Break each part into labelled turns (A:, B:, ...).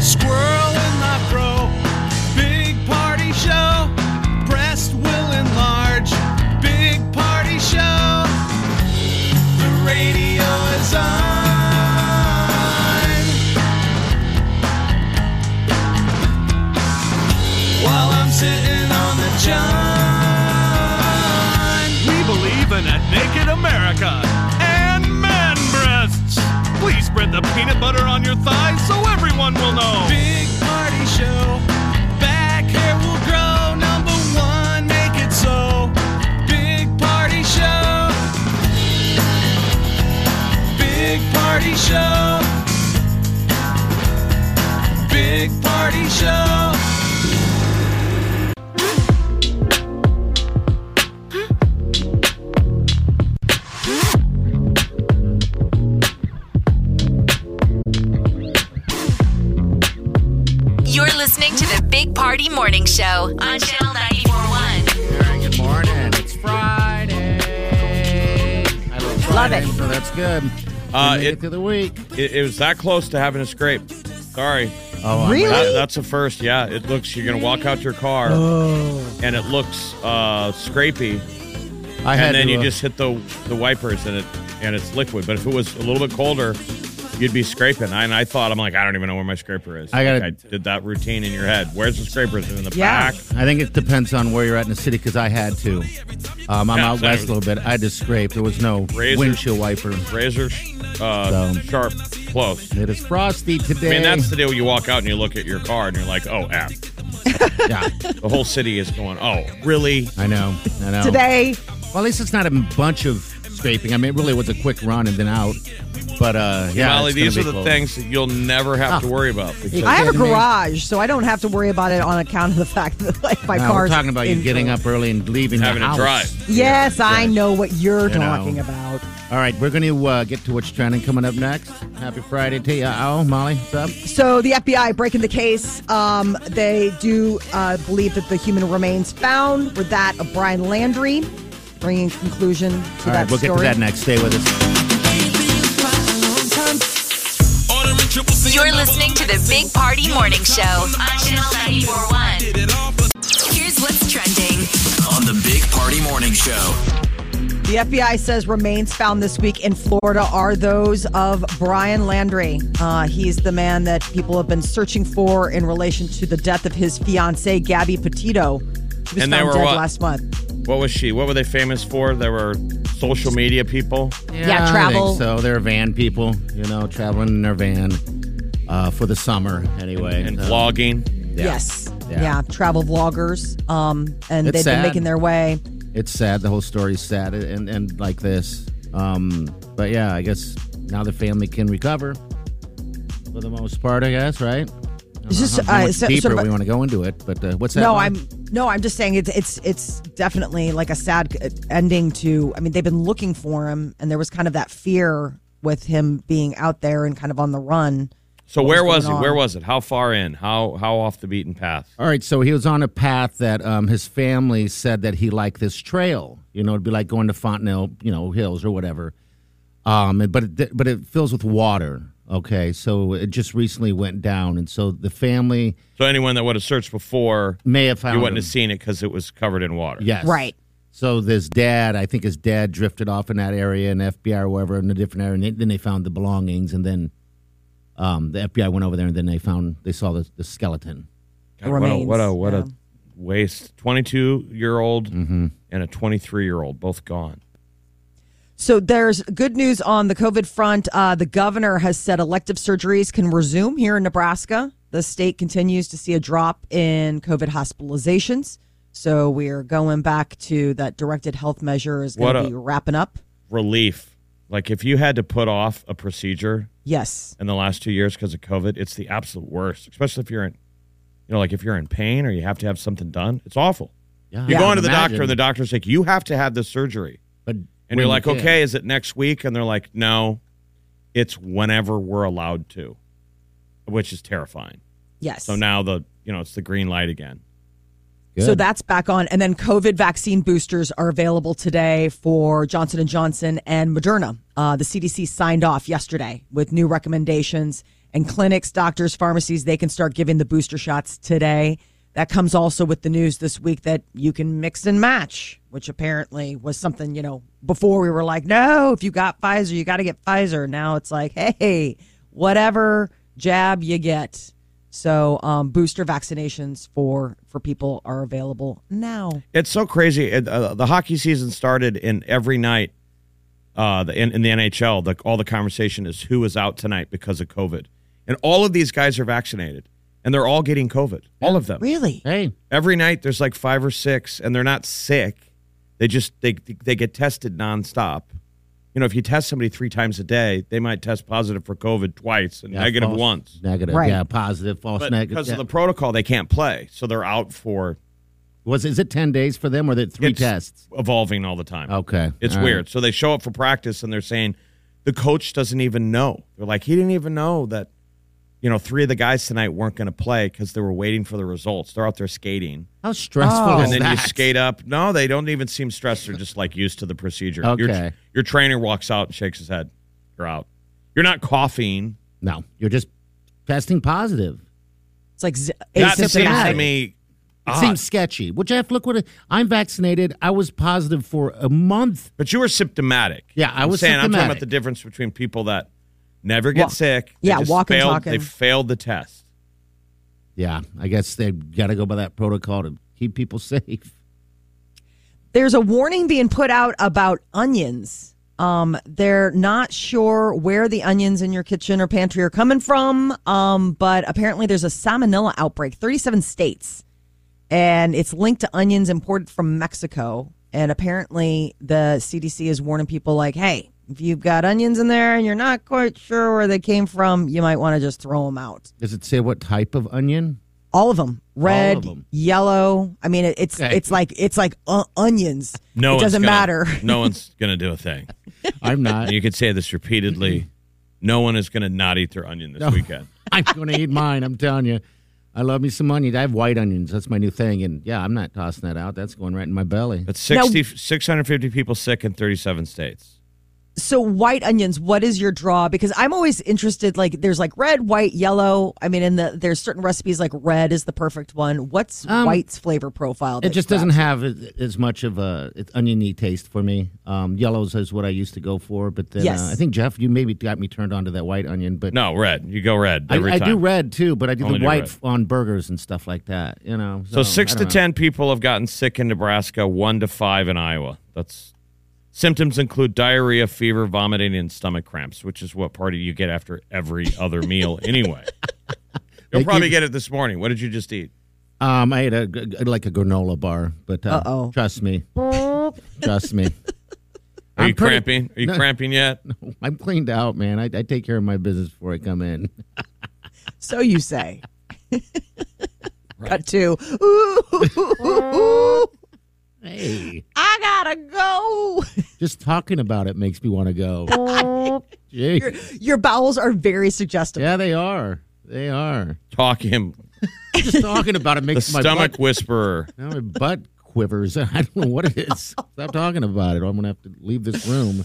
A: Squirrel in my fro, big party show. Breast will enlarge, big party show. The radio is on. While I'm sitting on the john.
B: We believe in a naked America and man breasts. Please spread the peanut butter on your thighs so everyone will know.
A: Big party show. Back hair will grow. Number one, make it so. Big party show. Big party show. Big party show.
C: You're listening to the Big Party Morning Show on Channel 941.
D: Good morning. It's Friday. I love, Friday,
E: it.
D: So that's good.
F: Uh,
D: We made it
F: it,
D: through the week.
F: it, it was that close to having a scrape. Sorry.
D: Oh, I'm
E: Really?
F: That, that's a first. Yeah, it looks, you're going to walk out to your car
D: Oh.
F: and it looks uh, scrapey.
D: right. I had
F: and then
D: to,
F: you
D: uh,
F: just hit the the wipers and it and it's liquid. But if it was a little bit colder, you'd be scraping. I, and I thought I'm like I don't even know where my scraper is.
D: I gotta-
F: Like, I did that routine in your head. Where's the scraper? Is it in the
E: Yeah.
F: back?
D: I think it depends on where you're at in the city because I had to. Um, I'm
F: Yeah,
D: out
F: so-
D: west a little bit. I had to scrape. There was no
F: Razor.
D: windshield wiper.
F: Razor
D: So-
F: uh, sharp close.
D: It is frosty
F: I
D: today.
F: mean that's the deal. You walk out and you look at your car and you're like, oh, f.
D: yeah,
F: The whole city is going. Oh, really?
D: I know. I know.
E: Today,
D: Well, at least it's not a bunch of scraping. I mean, it really was a quick run and then out. But uh, yeah,
F: Molly,
D: it's gonna
F: these
D: be
F: are the
D: cold.
F: things that you'll never have to
E: Ah.
D: Oh.
F: worry about. Because
E: I have a
D: kidding me?
E: garage, so I don't have to worry about it on account of the fact that like my
D: No,
E: car's
D: we're talking about you
E: in-
D: getting up early and leaving
F: Having
D: the
F: to
D: house.
F: drive.
E: Yes, I know what you're
D: You know.
E: talking about.
D: All right, we're going to uh, get to what's trending coming up next. Happy Friday to you. Oh, Molly, what's up?
E: So the FBI breaking the case. Um, they do uh, believe that the human remains found were that of Brian Landry, bringing conclusion to
D: All
E: that
D: right, we'll get to
E: story.
D: that next. Stay with us.
C: You're listening to the Big Party Morning Show on Channel 941. Here's what's trending.
G: on the Big Party Morning Show.
E: The FBI says remains found this week in Florida are those of Brian Landry. Uh, he's the man that people have been searching for in relation to the death of his fiancee, Gabby Petito. She was
F: And they
E: found
F: were
E: dead
F: what?
E: last month.
F: what was she? What were they famous for? There were social media people.
E: Yeah, travel.
D: I think so they're van people, you know, traveling in their van uh, for the summer anyway.
F: and
E: uh,
D: So,
F: vlogging.
D: yeah.
E: Yes.
D: Yeah.
E: Yeah. travel vloggers. Um, and
D: It's
E: they've
D: sad.
E: been making their way.
D: It's sad. The whole story's sad and, and like this. Um, but yeah, I guess now the family can recover for the most part, I guess, right? I don't
E: It's
D: know
E: just,
D: how, how
E: uh,
D: much
E: so-
D: deeper
E: sort of a-
D: we want to go into it, but uh, what's that?
E: No,
D: Molly?
E: I'm no, I'm just saying it's it's it's definitely like a sad uh, ending to. I mean, they've been looking for him, and there was kind of that fear with him being out there and kind of on the run.
F: So where was it?
E: going
F: Where
E: on?
F: was it? How far in? How how off the beaten path?
D: All right, so he was on a path that um, his family said that he liked this trail. You know, it'd be like going to Fontenelle, you know, Hills or whatever. Um, and- but it, but it fills with water. Okay, so it just recently went down, and so the family
F: So anyone that would have searched before,
D: may have found
F: you wouldn't
D: him.
F: have seen it because it was covered in water.
D: Yes,
E: Right.
D: So this dad, I think his dad drifted off in that area, and FBI or wherever in a different area, and then- then they found the belongings, and then um, the FBI went over there, and then they found they saw the, the skeleton.
F: God, what a
E: Remains,
F: what a what
E: yeah.
F: a waste. Twenty two year old
D: Mm-hmm.
F: and a twenty three year old both gone.
E: So there's good news on the COVID front. Uh, the governor has said elective surgeries can resume here in Nebraska. The state continues to see a drop in COVID hospitalizations, so we're going back to that directed health measure is
F: What
E: going
F: a-
E: to be wrapping up.
F: Relief. Like if you had to put off a procedure
E: Yes.
F: in the last two years because of COVID, it's the absolute worst. Especially if you're in, you know, like if you're in pain or you have to have something done, it's awful.
D: Yeah,
F: You're
D: I
F: going to
D: can
F: the doctor,
D: imagine.
F: and the doctor's like, "You have to have this surgery,"
D: But
F: and you're
D: when
F: like,
D: you can.
F: "Okay, is it next week?" And they're like, "No, it's whenever we're allowed to," which is terrifying.
E: Yes.
F: So now the you know it's the green light again.
E: So
D: Good.
E: that's back on, and then COVID vaccine boosters are available today for Johnson and Johnson and Moderna. Uh, the CDC signed off yesterday with new recommendations, and clinics, doctors, pharmacies they can start giving the booster shots today. That comes also with the news this week that you can mix and match, which apparently was something you know before we were like, no, if you got Pfizer, you got to get Pfizer. Now it's like, hey, whatever jab you get. So um, booster vaccinations for for people are available now.
F: It's so crazy. It, uh, the hockey season started, and every night uh, the, in, in the NHL, the, all the conversation is who is out tonight because of COVID. And all of these guys are vaccinated, and they're all getting COVID. All of them.
E: Really?
D: Hey,
F: Every night, there's like five or six, and they're not sick. They just they they get tested nonstop. You know, if you test somebody three times a day, they might test positive for COVID twice and
D: yeah,
F: negative
D: false,
F: once.
D: Negative.
E: Right.
D: Yeah, positive, false,
F: But
D: negative.
F: because
D: yeah.
F: of the protocol, they can't play, so they're out for
D: Was is it ten days for them or the three
F: It's
D: tests?
F: evolving all the time.
D: Okay,
F: It's
D: all right.
F: weird. So they show up for practice and they're saying the coach doesn't even know. They're like, he didn't even know that, you know, three of the guys tonight weren't going to play because they were waiting for the results. They're out there skating.
D: How stressful
E: Oh.
D: is
F: and then
D: that?
F: you skate up. No, they don't even seem stressed. They're just like used to the procedure. Your,
D: Okay.
F: your trainer walks out and shakes his head. You're out. You're not coughing.
D: No, you're just testing positive.
E: It's like z-
F: That seems to
E: asymptomatic.
F: me.
D: It
F: odd.
D: seems sketchy. Would you have to look what it, I'm vaccinated? I was positive for a month.
F: But you were symptomatic.
D: Yeah, I
F: I'm
D: was
F: saying I'm talking about
D: symptomatic.
F: the difference between people that never get
E: Walk-
F: sick. they
E: yeah,
F: just
E: walk and
F: failed-
E: talking.
F: They failed the test.
D: Yeah, I guess they got to go by that protocol to keep people safe.
E: There's a warning being put out about onions. Um, they're not sure where the onions in your kitchen or pantry are coming from, um, but apparently there's a salmonella outbreak, 37 states, and it's linked to onions imported from Mexico. And apparently the CDC is warning people like, hey, if you've got onions in there and you're not quite sure where they came from, you might want to just throw them out.
D: Does it say what type of onion?
E: All of them, red,
D: of 'em.
E: yellow. I mean, it, it's
D: Okay.
E: it's like it's like uh, onions.
F: No,
E: it
F: one's
E: doesn't
F: gonna-
E: matter.
F: No one's going to do a thing.
D: I'm not.
F: And you could say this repeatedly. No one is going to not eat their onion this weekend.
D: I'm going to eat mine. I'm telling you. I love me some onions. I have white onions. That's my new thing. And yeah, I'm not tossing that out. That's going right in my belly.
F: But 60, 650 people sick in 37 states.
E: so white onions what is your draw because i'm always interested like there's like red white yellow i mean in the there's certain recipes like red is the perfect one what's
D: Um,
E: white's flavor profile
D: It
E: that
D: just doesn't
E: grabs
D: have as- as much of a it's oniony taste for me. Um, yellows is what I used to go for, but then
E: Yes.
D: uh, I think Jeff, you maybe got me turned on to that white onion. But
F: No, red. You go red
D: I,
F: every
D: I
F: time.
D: do red too, but I do
F: Only
D: the
F: do
D: white
F: red.
D: f- on burgers and stuff like that. You know,
F: So six
D: I
F: to
D: don't know.
F: 10 people have gotten sick in Nebraska, one to five in Iowa. That's symptoms include diarrhea, fever, vomiting, and stomach cramps, which is what party you get after every other meal anyway. You'll
D: They
F: probably
D: give-
F: get it this morning. What did you just eat?
D: Um, I ate a g- g- like a granola bar, but uh,
E: Uh-oh.
D: trust me, trust me.
F: Are
D: I'm pretty-
F: you cramping? Are you
D: No.
F: cramping yet?
D: I'm cleaned out, man. I, I take care of my business before I come in.
E: so you say cut to ooh, ooh, ooh, ooh,
D: Hey,
E: i gotta go
D: just talking about it makes me want to go. Gee.
E: your bowels are very suggestive
D: Yeah, they are. They are.
F: Talk him.
D: Just talking about it
F: The
D: makes my
F: stomach
D: Butt,
F: whisperer.
D: now my butt quivers. I don't know what it is. Stop talking about it. or I'm gonna have to leave this room.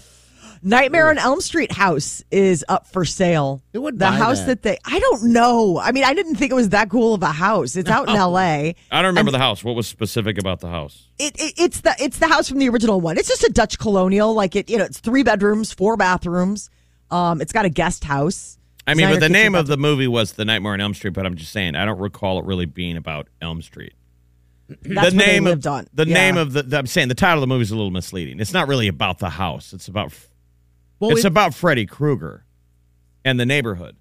E: nightmare on elm street house is up for sale
D: Who would
E: the
D: buy
E: house
D: that?
E: that? they i don't know i mean i didn't think it was that cool of a house it's out in la
F: I don't remember the house. What was specific about the house?
E: it, it it's the it's the house from the original one. It's just a Dutch colonial, like it you know, it's three bedrooms, four bathrooms. Um, it's got a guest house.
F: I mean,
E: Designer
F: but the
E: kitchen
F: name of
E: bathroom.
F: the movie was The Nightmare on Elm Street, but I'm just saying, I don't recall it really being about Elm Street.
E: That's
F: the
E: where they
F: name
E: lived
F: of
E: on.
F: the
E: Yeah.
F: name of the, the- I'm saying the title of the movie is a little misleading. It's not really about the house. It's about
D: Well,
F: it's
D: it-
F: about Freddy Krueger and the neighborhood.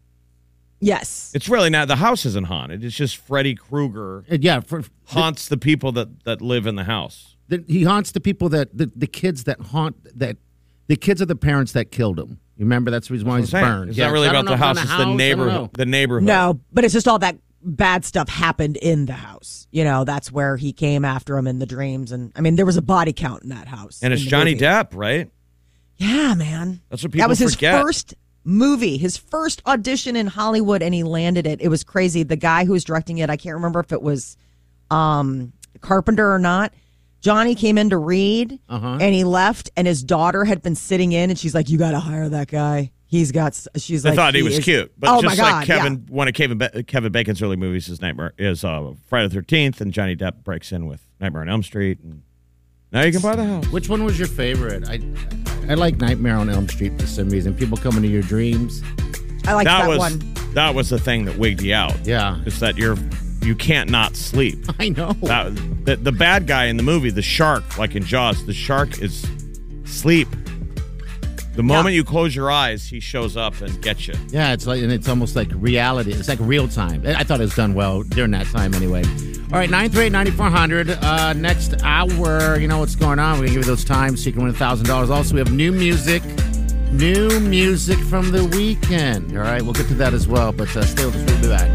E: yes,
F: It's really not the house isn't haunted. It's just Freddy Krueger
D: uh, yeah. For,
F: haunts the people that that live in the house.
D: the, he haunts the people that the, the kids that haunt that The kids are the parents that killed him. You remember that's the reason why he's
F: Saying,
D: burned.
F: It's
D: Yeah,
F: not really
D: I don't
F: about the
D: know
F: house.
D: if
F: It's
D: I
F: the
D: don't know.
F: neighborhood. The neighborhood.
E: No, but it's just all that bad stuff happened in the house. You know, that's where he came after him in the dreams. And I mean, there was a body count in that house.
F: And it's
E: in the
F: Johnny
E: movie.
F: Depp, right?
E: Yeah, man.
F: That's what
E: That
F: people
E: was his
F: forget.
E: first movie, his first audition in Hollywood, and he landed it. It was crazy. The guy who was directing it, I can't remember if it was um, Carpenter or not. Johnny came in to read,
F: Uh-huh.
E: and he left, and his daughter had been sitting in, and she's like, "You got to hire that guy. He's got." s- She's
F: They
E: like,
F: thought he, was
E: is-
F: cute, but
E: oh
F: just
E: my
F: like
E: God, yeah.
F: Kevin, one of Kevin Ba- Kevin Bacon's early movies is Nightmare is uh, Friday the Thirteenth, and Johnny Depp breaks in with Nightmare on Elm Street, and now you can buy the house.
D: Which one was your favorite? I I like Nightmare on Elm Street for some reason. People come into your dreams.
E: I like that,
F: that was
E: one.
F: that was the thing that wigged you out.
D: Yeah.
F: it's that you're you can't not sleep.
D: I know.
F: That, the, the bad guy in the movie, the shark, like in Jaws, the shark is sleep. The moment you close your eyes, he shows up and gets you.
D: Yeah, it's like and it's almost like reality. It's like real time. I I thought it was done well during that time anyway. All right, 938-9400. Uh, next hour, you know what's going on. We're gonna give you those times so you can win thousand dollars. Also, we have new music. New music from the weekend. All right, we'll get to that as well, but uh, still, just we'll be back.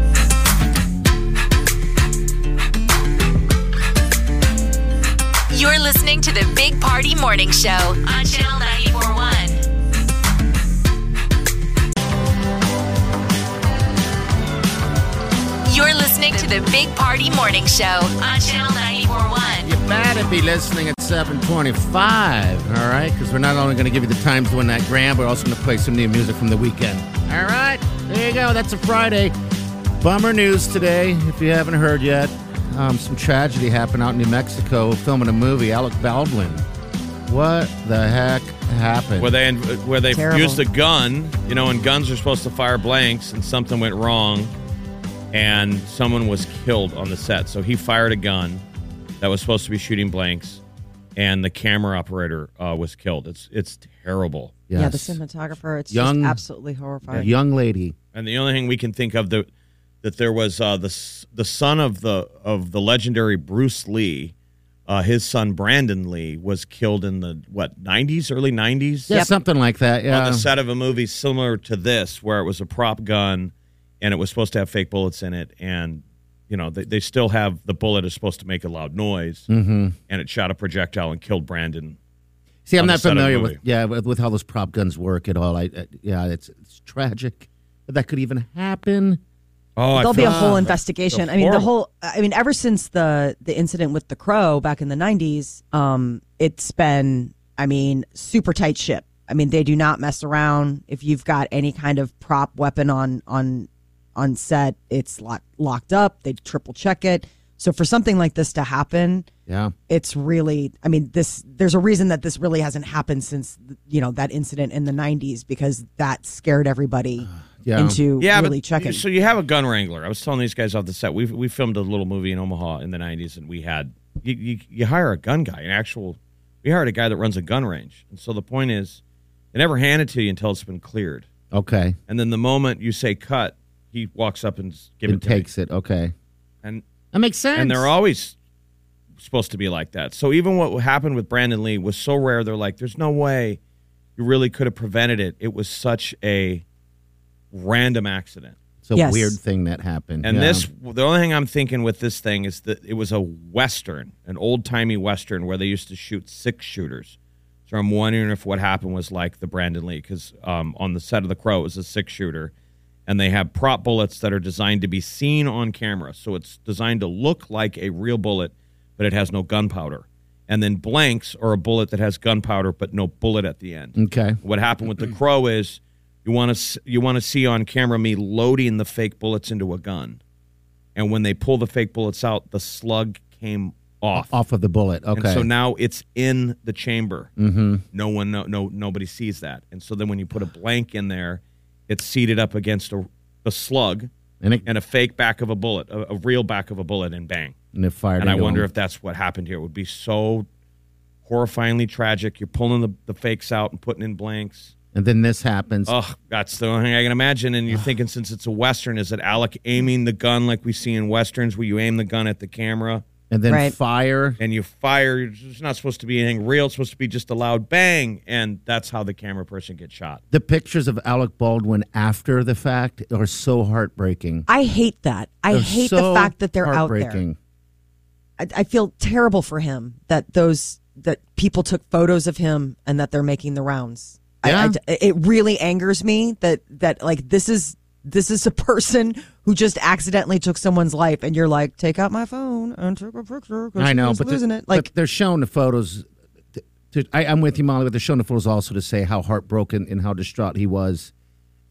C: You're listening to the Big Party Morning Show on Channel 941. You're listening to the Big Party Morning Show on Channel 941.
D: You better be listening at 725, all right? Because we're not only going to give you the time to win that grand, we're also going to play some new music from the weekend. All right, there you go. That's a Friday. Bummer news today, if you haven't heard yet. Um, some tragedy happened out in New Mexico filming a movie, Alec Baldwin. What the heck happened?
F: Where they where they
E: Terrible.
F: used a gun, you know, and guns are supposed to fire blanks, and something went wrong, and someone was killed on the set. So he fired a gun that was supposed to be shooting blanks, and the camera operator uh, was killed. It's it's terrible.
E: Yeah,
D: Yes.
E: the cinematographer. It's
D: Young-
E: just absolutely
D: a
E: horrifying.
D: young lady.
F: And the only thing we can think of that that there was uh, the s- the son of the of the legendary Bruce Lee, uh, his son Brandon Lee was killed in the what nineties, early nineties,
D: Yeah, something like that. Yeah.
F: on the set of a movie similar to this, where it was a prop gun, and it was supposed to have fake bullets in it, and you know they, they still have the bullet is supposed to make a loud noise, mm-hmm. and it shot a projectile and killed Brandon.
D: See, I'm
F: on the
D: not
F: set of the
D: familiar
F: movie.
D: with yeah with, with how those prop guns work at all. I, I yeah, it's it's tragic that that could even happen.
F: Oh,
E: There'll be a whole investigation. I mean, the
F: horrible.
E: whole. I mean, ever since the the incident with the crow back in the '90s, um, it's been. I mean, super tight ship. I mean, they do not mess around. If you've got any kind of prop weapon on on on set, it's lock, locked up. They triple check it. So for something like this to happen,
D: Yeah.
E: it's really i mean this there's a reason that this really hasn't happened since you know that incident in the 90s because that scared everybody
D: Yeah.
E: into really
F: but
E: checking
F: So you have a gun wrangler. I was telling these guys off the set. We we filmed a little movie in Omaha in the '90s, and we had you, you, you hire a gun guy, an actual. We hired a guy that runs a gun range, and so the point is, they never hand it to you until it's been cleared,
D: Okay.
F: and then the moment you say cut, he walks up and s- give
D: It,
F: it, to me.
D: takes it. Okay.
F: and
D: That makes sense.
F: and they're always supposed to be like that. So even what happened with Brandon Lee was so rare. They're like, there's no way you really could have prevented it. It was such a random accident.
D: It's a
E: Yes.
D: weird thing that happened.
F: And
D: yeah.
F: this, the only thing I'm thinking with this thing is that it was a Western, an old timey Western where they used to shoot six shooters. So I'm wondering if what happened was like the Brandon Lee, because um, on the set of The Crow, it was a six shooter. And they have prop bullets that are designed to be seen on camera. So it's designed to look like a real bullet, but it has no gunpowder. And then blanks are a bullet that has gunpowder, but no bullet at the end.
D: Okay.
F: What happened with the crow is you want to you want to see on camera me loading the fake bullets into a gun, and when they pull the fake bullets out, the slug came off.
D: Off of the bullet. Oh, Okay.
F: And so now it's in the chamber. Mm-hmm. No one, no, no, nobody sees that. And so then when you put a blank in there, it's seated up against a, a slug
D: and it,
F: and a fake back of a bullet, a, a real back of a bullet, and bang.
D: and it fired.
F: And I
D: into
F: wonder
D: him.
F: if that's what happened here. It would be so horrifyingly tragic. You're pulling the, the fakes out and putting in blanks.
D: And then this happens.
F: Oh, that's the only thing I can imagine. And you're thinking, since it's a Western, is it Alec aiming the gun like we see in Westerns, where you aim the gun at the camera?
D: and then
E: Right.
D: fire.
F: and you fire. It's not supposed to be anything real. It's supposed to be just a loud bang, and that's how the camera person gets shot.
D: The pictures of Alec Baldwin after the fact are so heartbreaking.
E: I hate that. I
D: They're
E: hate
D: so
E: the fact that they're out there.
D: heartbreaking.
E: I, I feel terrible for him that those that people took photos of him and that they're making the rounds. I- I
D: Yeah.
E: d- it really angers me that that like this is this is a person who just accidentally took someone's life, and you're like, take out my phone and take a picture. 'cause
D: I
E: she
D: know,
E: was
D: but
E: losing
D: the,
E: it like
D: but they're showing the photos. To, I, I'm with you, Molly, but they're showing the photos also to say how heartbroken and how distraught he was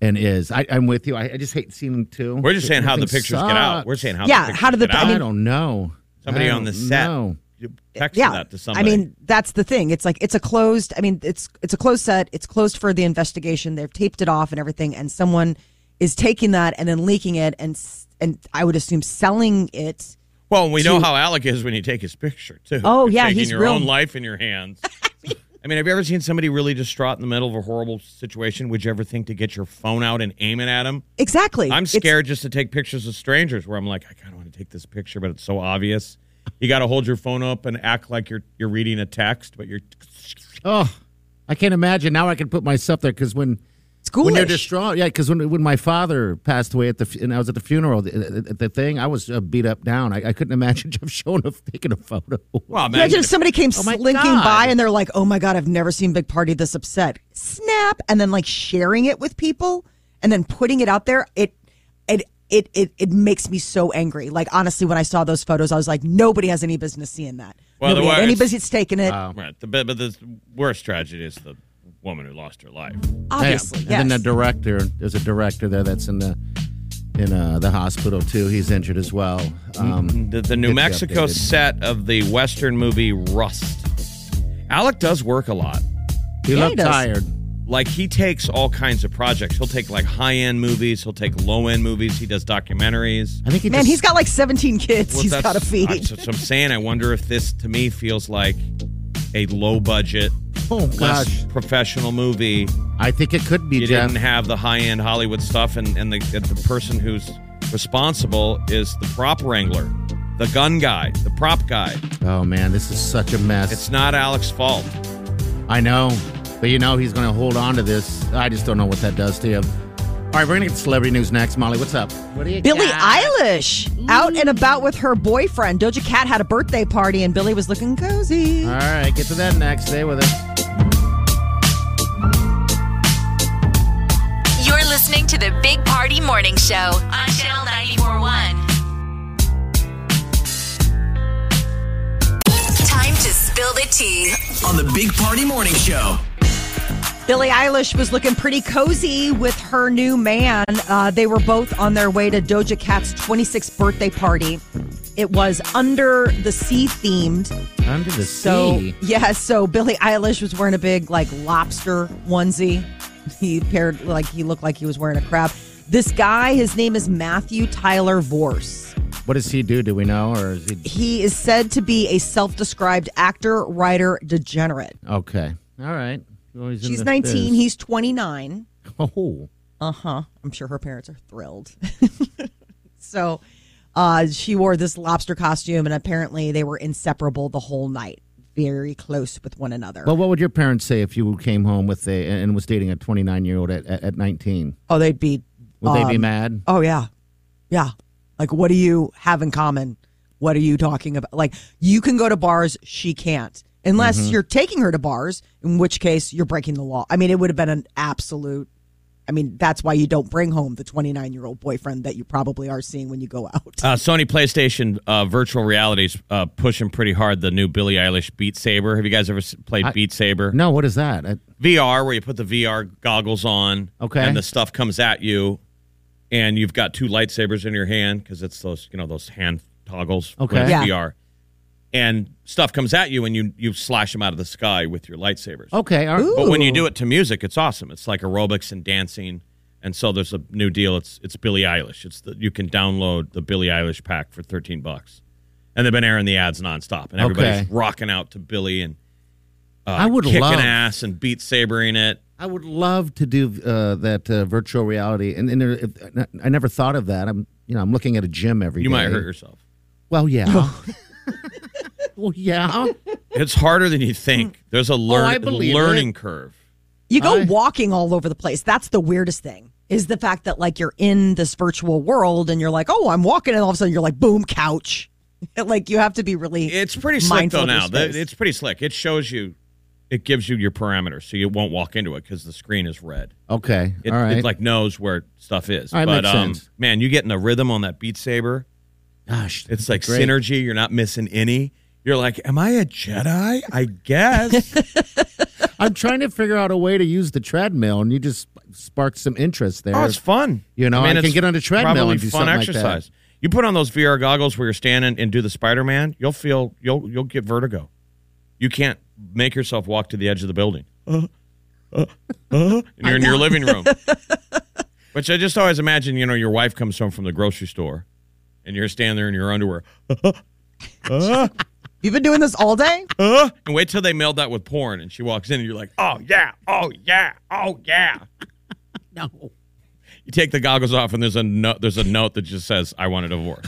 D: and is. I, I'm with you. I, I just hate seeing him too.
F: We're just saying how the
D: Everything
F: pictures get out.
D: sucks.
F: We're saying how
E: Yeah,
F: The pictures
E: how did the-
F: get
E: I
F: out.
E: mean-
D: I don't know.
F: somebody
D: I
F: on the
D: don't
F: set
D: know.
F: you texted that to somebody.
E: I mean, that's the thing. It's like it's a closed. I mean, it's it's a closed set. It's closed for the investigation. They've taped it off and everything, and someone is taking that and then leaking it and s- and I would assume selling it.
F: well, we know
E: to-
F: how Alec is when you take his picture too.
E: Oh,
F: You're
E: yeah,
F: taking
E: he's
F: your
E: real-
F: own life in your hands. I mean, have you ever seen somebody really distraught in the middle of a horrible situation? Would you ever think to get your phone out and aim it at him?
E: Exactly.
F: I'm
E: It's-
F: scared just to take pictures of strangers where I'm like, I kind of want to take this picture, but it's so obvious. You got to hold your phone up and act like you're you're reading a text, but you're
D: Oh, I can't imagine. Now I can put myself there because when
E: It's
D: when you're
E: ghoulish.
D: distraught, yeah. Because when when my father passed away at the fu- and I was at the funeral, the, the, the thing I was uh, beat up down. I, I couldn't imagine Jeff showing up taking a photo.
F: well,
E: Imagine
F: imagine
E: if somebody came
D: Oh my
E: slinking
D: God.
E: by and they're like, "Oh my god, I've never seen Big Party this upset." Snap, and then like sharing it with people and then putting it out there. It, it, it, it, it makes me so angry. Like honestly, when I saw those photos, I was like, nobody has any business seeing that.
F: Well,
E: nobody
F: the
E: had any
F: worst-
E: business taking it.
D: Uh,
F: Right. The, but but the worst tragedy is the woman who lost her life.
E: Obviously,
D: And then the
E: yes.
D: director, there's a director there that's in the in uh, the hospital too. He's injured as well. Um,
F: The, the New
D: Gets
F: Mexico
D: updated.
F: set of the Western movie Rust. Alec does work a lot.
D: he
E: Yeah, he
D: looked
E: does.
D: tired.
F: Like he takes all kinds of projects. He'll take like high end movies. He'll take low end movies. He does documentaries.
D: I think he
E: Man,
D: just,
E: he's got like 17 kids
F: Well,
E: he's
F: that's-
E: got to feed.
F: That's what I'm saying. I wonder if this to me feels like a low budget,
D: Oh gosh,
F: less professional movie.
D: I think it could be
F: you
D: Jeff.
F: didn't have the high end Hollywood stuff, and and the and the person who's responsible is the prop wrangler, the gun guy, the prop guy.
D: oh man, this is such a mess.
F: It's not Alex's fault.
D: I know, but you know he's going to hold on to this. I just don't know what that does to him. All right, we're going to get celebrity news next. Molly, what's up? What do you
E: Billie Eilish out and about with her boyfriend. Doja Cat had a birthday party and Billie was looking cozy.
D: All right, get to that next. Stay with us.
C: You're listening to the Big Party Morning Show on Channel 941. Time to spill the tea.
G: On the Big Party Morning Show.
E: Billie Eilish was looking pretty cozy with her new man. Uh, they were both on their way to Doja Cat's 26th birthday party. It was under the sea themed.
D: Under the
E: So,
D: sea.
E: yeah, so Billie Eilish was wearing a big, like, lobster onesie. He paired, like, he looked like he was wearing a crab. This guy, his name is Matthew Tyler Vorse.
D: What does he do? Do we know, or is he
E: He is said to be a self described actor, writer, degenerate.
D: okay? All right. Well, he's in
E: She's
D: the
E: 19,
D: biz.
E: he's 29.
D: oh,
E: Uh huh. I'm sure her parents are thrilled. so uh, she wore this lobster costume, and apparently they were inseparable the whole night, very close with one another.
D: well, what would your parents say if you came home with a and was dating a 29 year old at, at, at 19?
E: oh, they'd be.
D: Would they be
E: um,
D: mad?
E: Oh, yeah. Yeah. Like, what do you have in common? What are you talking about? Like, you can go to bars, she can't. Unless you're taking her to bars, in which case you're breaking the law. I mean, it would have been an absolute. I mean, that's why you don't bring home the 29 year old boyfriend that you probably are seeing when you go out.
F: Uh, Sony PlayStation uh, Virtual Reality's uh, pushing pretty hard the new Billie Eilish Beat Saber. Have you guys ever s- played
D: I-
F: Beat Saber?
D: No. What is that? I,
F: VR, where you put the VR goggles on,
D: Okay.
F: and the stuff comes at you, and you've got two lightsabers in your hand because it's those you know those hand toggles. when
D: Okay.
F: it's
E: Yeah.
F: VR, and stuff comes at you, and you you slash them out of the sky with your lightsabers.
D: okay. All right.
F: But when you do it to music, it's awesome. It's like aerobics and dancing. And so there's a new deal. It's it's Billie Eilish. It's the, you can download the Billie Eilish pack for 13 bucks. And they've been airing the ads nonstop, and everybody's
D: Okay.
F: rocking out to Billie and uh,
D: I would
F: kicking
D: love-
F: ass and beat sabering it.
D: I would love to do uh, that uh, virtual reality, and, and there, if, I never thought of that. I'm, you know, I'm looking at a gym every day.
F: You might hurt yourself.
D: Well, yeah. Well, yeah.
F: It's harder than you think. There's a
D: Hmm. Oh, I
F: learn,
D: believe
F: learning
D: it.
F: curve.
E: You go
D: I-
E: walking all over the place. That's the weirdest thing is the fact that like you're in this virtual world and you're like, oh, I'm walking, and all of a sudden you're like, boom, couch. like you have to be really.
F: It's pretty slick
E: mindful
F: though
E: of your
F: now. The-
E: space.
F: It's pretty slick. It shows you, it gives you your parameters, so you won't walk into it because the screen is red.
D: Okay.
F: It,
D: All right.
F: it like knows where stuff is.
D: All right,
F: but
D: makes
F: um,
D: sense.
F: man, you get in a rhythm on that Beat Saber.
D: gosh,
F: It's like
D: great.
F: synergy. You're not missing any. You're like, am I a Jedi? I guess.
D: I'm trying to figure out a way to use the treadmill, and you just sparked some interest there.
F: oh, it's fun.
D: You know, I can
F: it's
D: get on the treadmill
F: probably
D: and do
F: fun
D: something like that.
F: exercise. You put on those VR goggles where you're standing and do the Spider Man. You'll feel you'll you'll get vertigo. You can't make yourself walk to the edge of the building. Uh, uh, uh, and you're in your living room. Which I just always imagine. You know, your wife comes home from the grocery store, and you're standing there in your underwear.
E: You've been doing this all day.
F: Uh, and wait till they mailed that with porn, and she walks in, and you're like, oh yeah, oh yeah, oh yeah.
D: No.
F: You take the goggles off, and there's a no- there's a note that just says, "I want a divorce."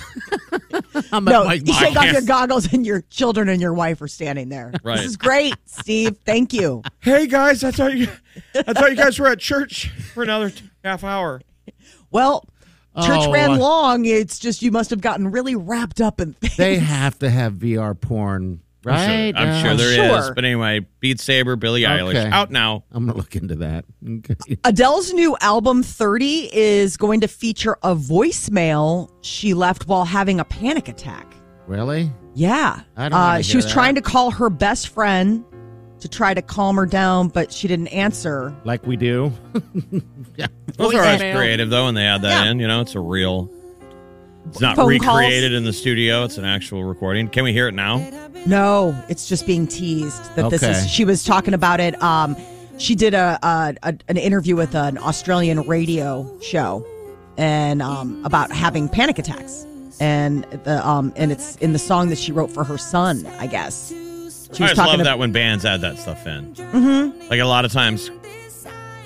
D: I'm
E: No,
D: at my,
E: you take
F: I
E: off your
F: can't-
E: goggles and your children and your wife are standing there.
F: Right.
E: This is great, Steve. Thank you.
F: hey guys, I thought you, I thought you guys were at church for another t- half hour.
E: Well, church
D: Oh, I-
E: ran long. It's just you must have gotten really wrapped up in things.
D: they have to have VR porn, right?
F: I'm sure
D: Uh,
F: there is,
E: Sure.
F: but anyway, Beat Saber, Billie Eilish,
D: Okay.
F: out now.
D: I'm gonna look into that. Okay.
E: Adele's new album 30 is going to feature a voicemail she left while having a panic attack.
D: Really?
E: Yeah. Uh,
D: I don't wanna
E: she
D: hear
E: was
D: that.
E: trying to call her best friend to try to calm her down, but she didn't answer.
D: Like we do? yeah.
F: Those
D: Voice
F: are always
D: mail.
F: creative though, when they add that
E: Yeah.
F: in. You know, it's a real. It's not
E: Phone calls.
F: recreated in the studio. It's an actual recording. Can we hear it now?
E: No, it's just being teased that this
D: Okay.
E: is. She was talking about it. Um, she did a, a, a an interview with an Australian radio show, and um, about having panic attacks, and the um, and it's in the song that she wrote for her son, I guess. She
F: I
E: was
F: just love
E: talking
F: that
E: about.
F: when bands add that stuff in. Mm-hmm. Like a lot of times,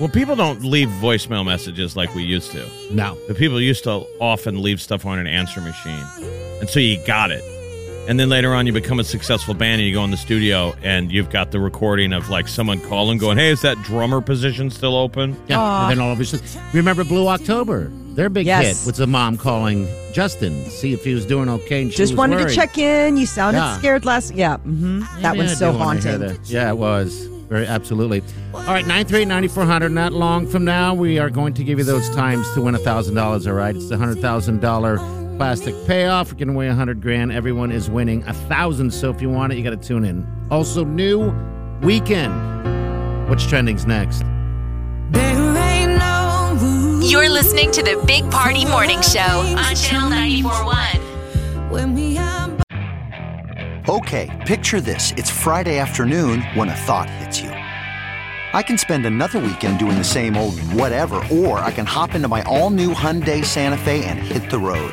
F: well, people don't leave voicemail messages like we used to.
D: No.
F: The people used to often leave stuff on an answer machine, and so you got it. And then later on, you become a successful band, and you go in the studio, and you've got the recording of like someone calling, going, "Hey, is that drummer position still open?"
D: Yeah. And then all of a sudden, remember Blue October? Their big
E: Yes.
D: hit was the mom calling Justin to see if he was doing okay. And she
E: Just
D: was
E: wanted
D: worried.
E: to check in. You sounded
D: Yeah.
E: scared last. Yeah, hmm that
D: Maybe I
E: one's so
D: do wanna hear
E: haunting.
D: that. Yeah, it was. Very absolutely. All right, 938-9400. Not long from now, we are going to give you those times to win $1,000, all right? It's the $100,000 plastic payoff. We're giving away 100 grand. Everyone is winning 1000 so if you want it, you got to tune in. Also, new weekend. What's trending's next?
C: You're listening to the Big Party Morning Show on Channel 941.
G: Okay, picture this. It's Friday afternoon when a thought hits you. I can spend another weekend doing the same old whatever, or I can hop into my all new Hyundai Santa Fe and hit the road.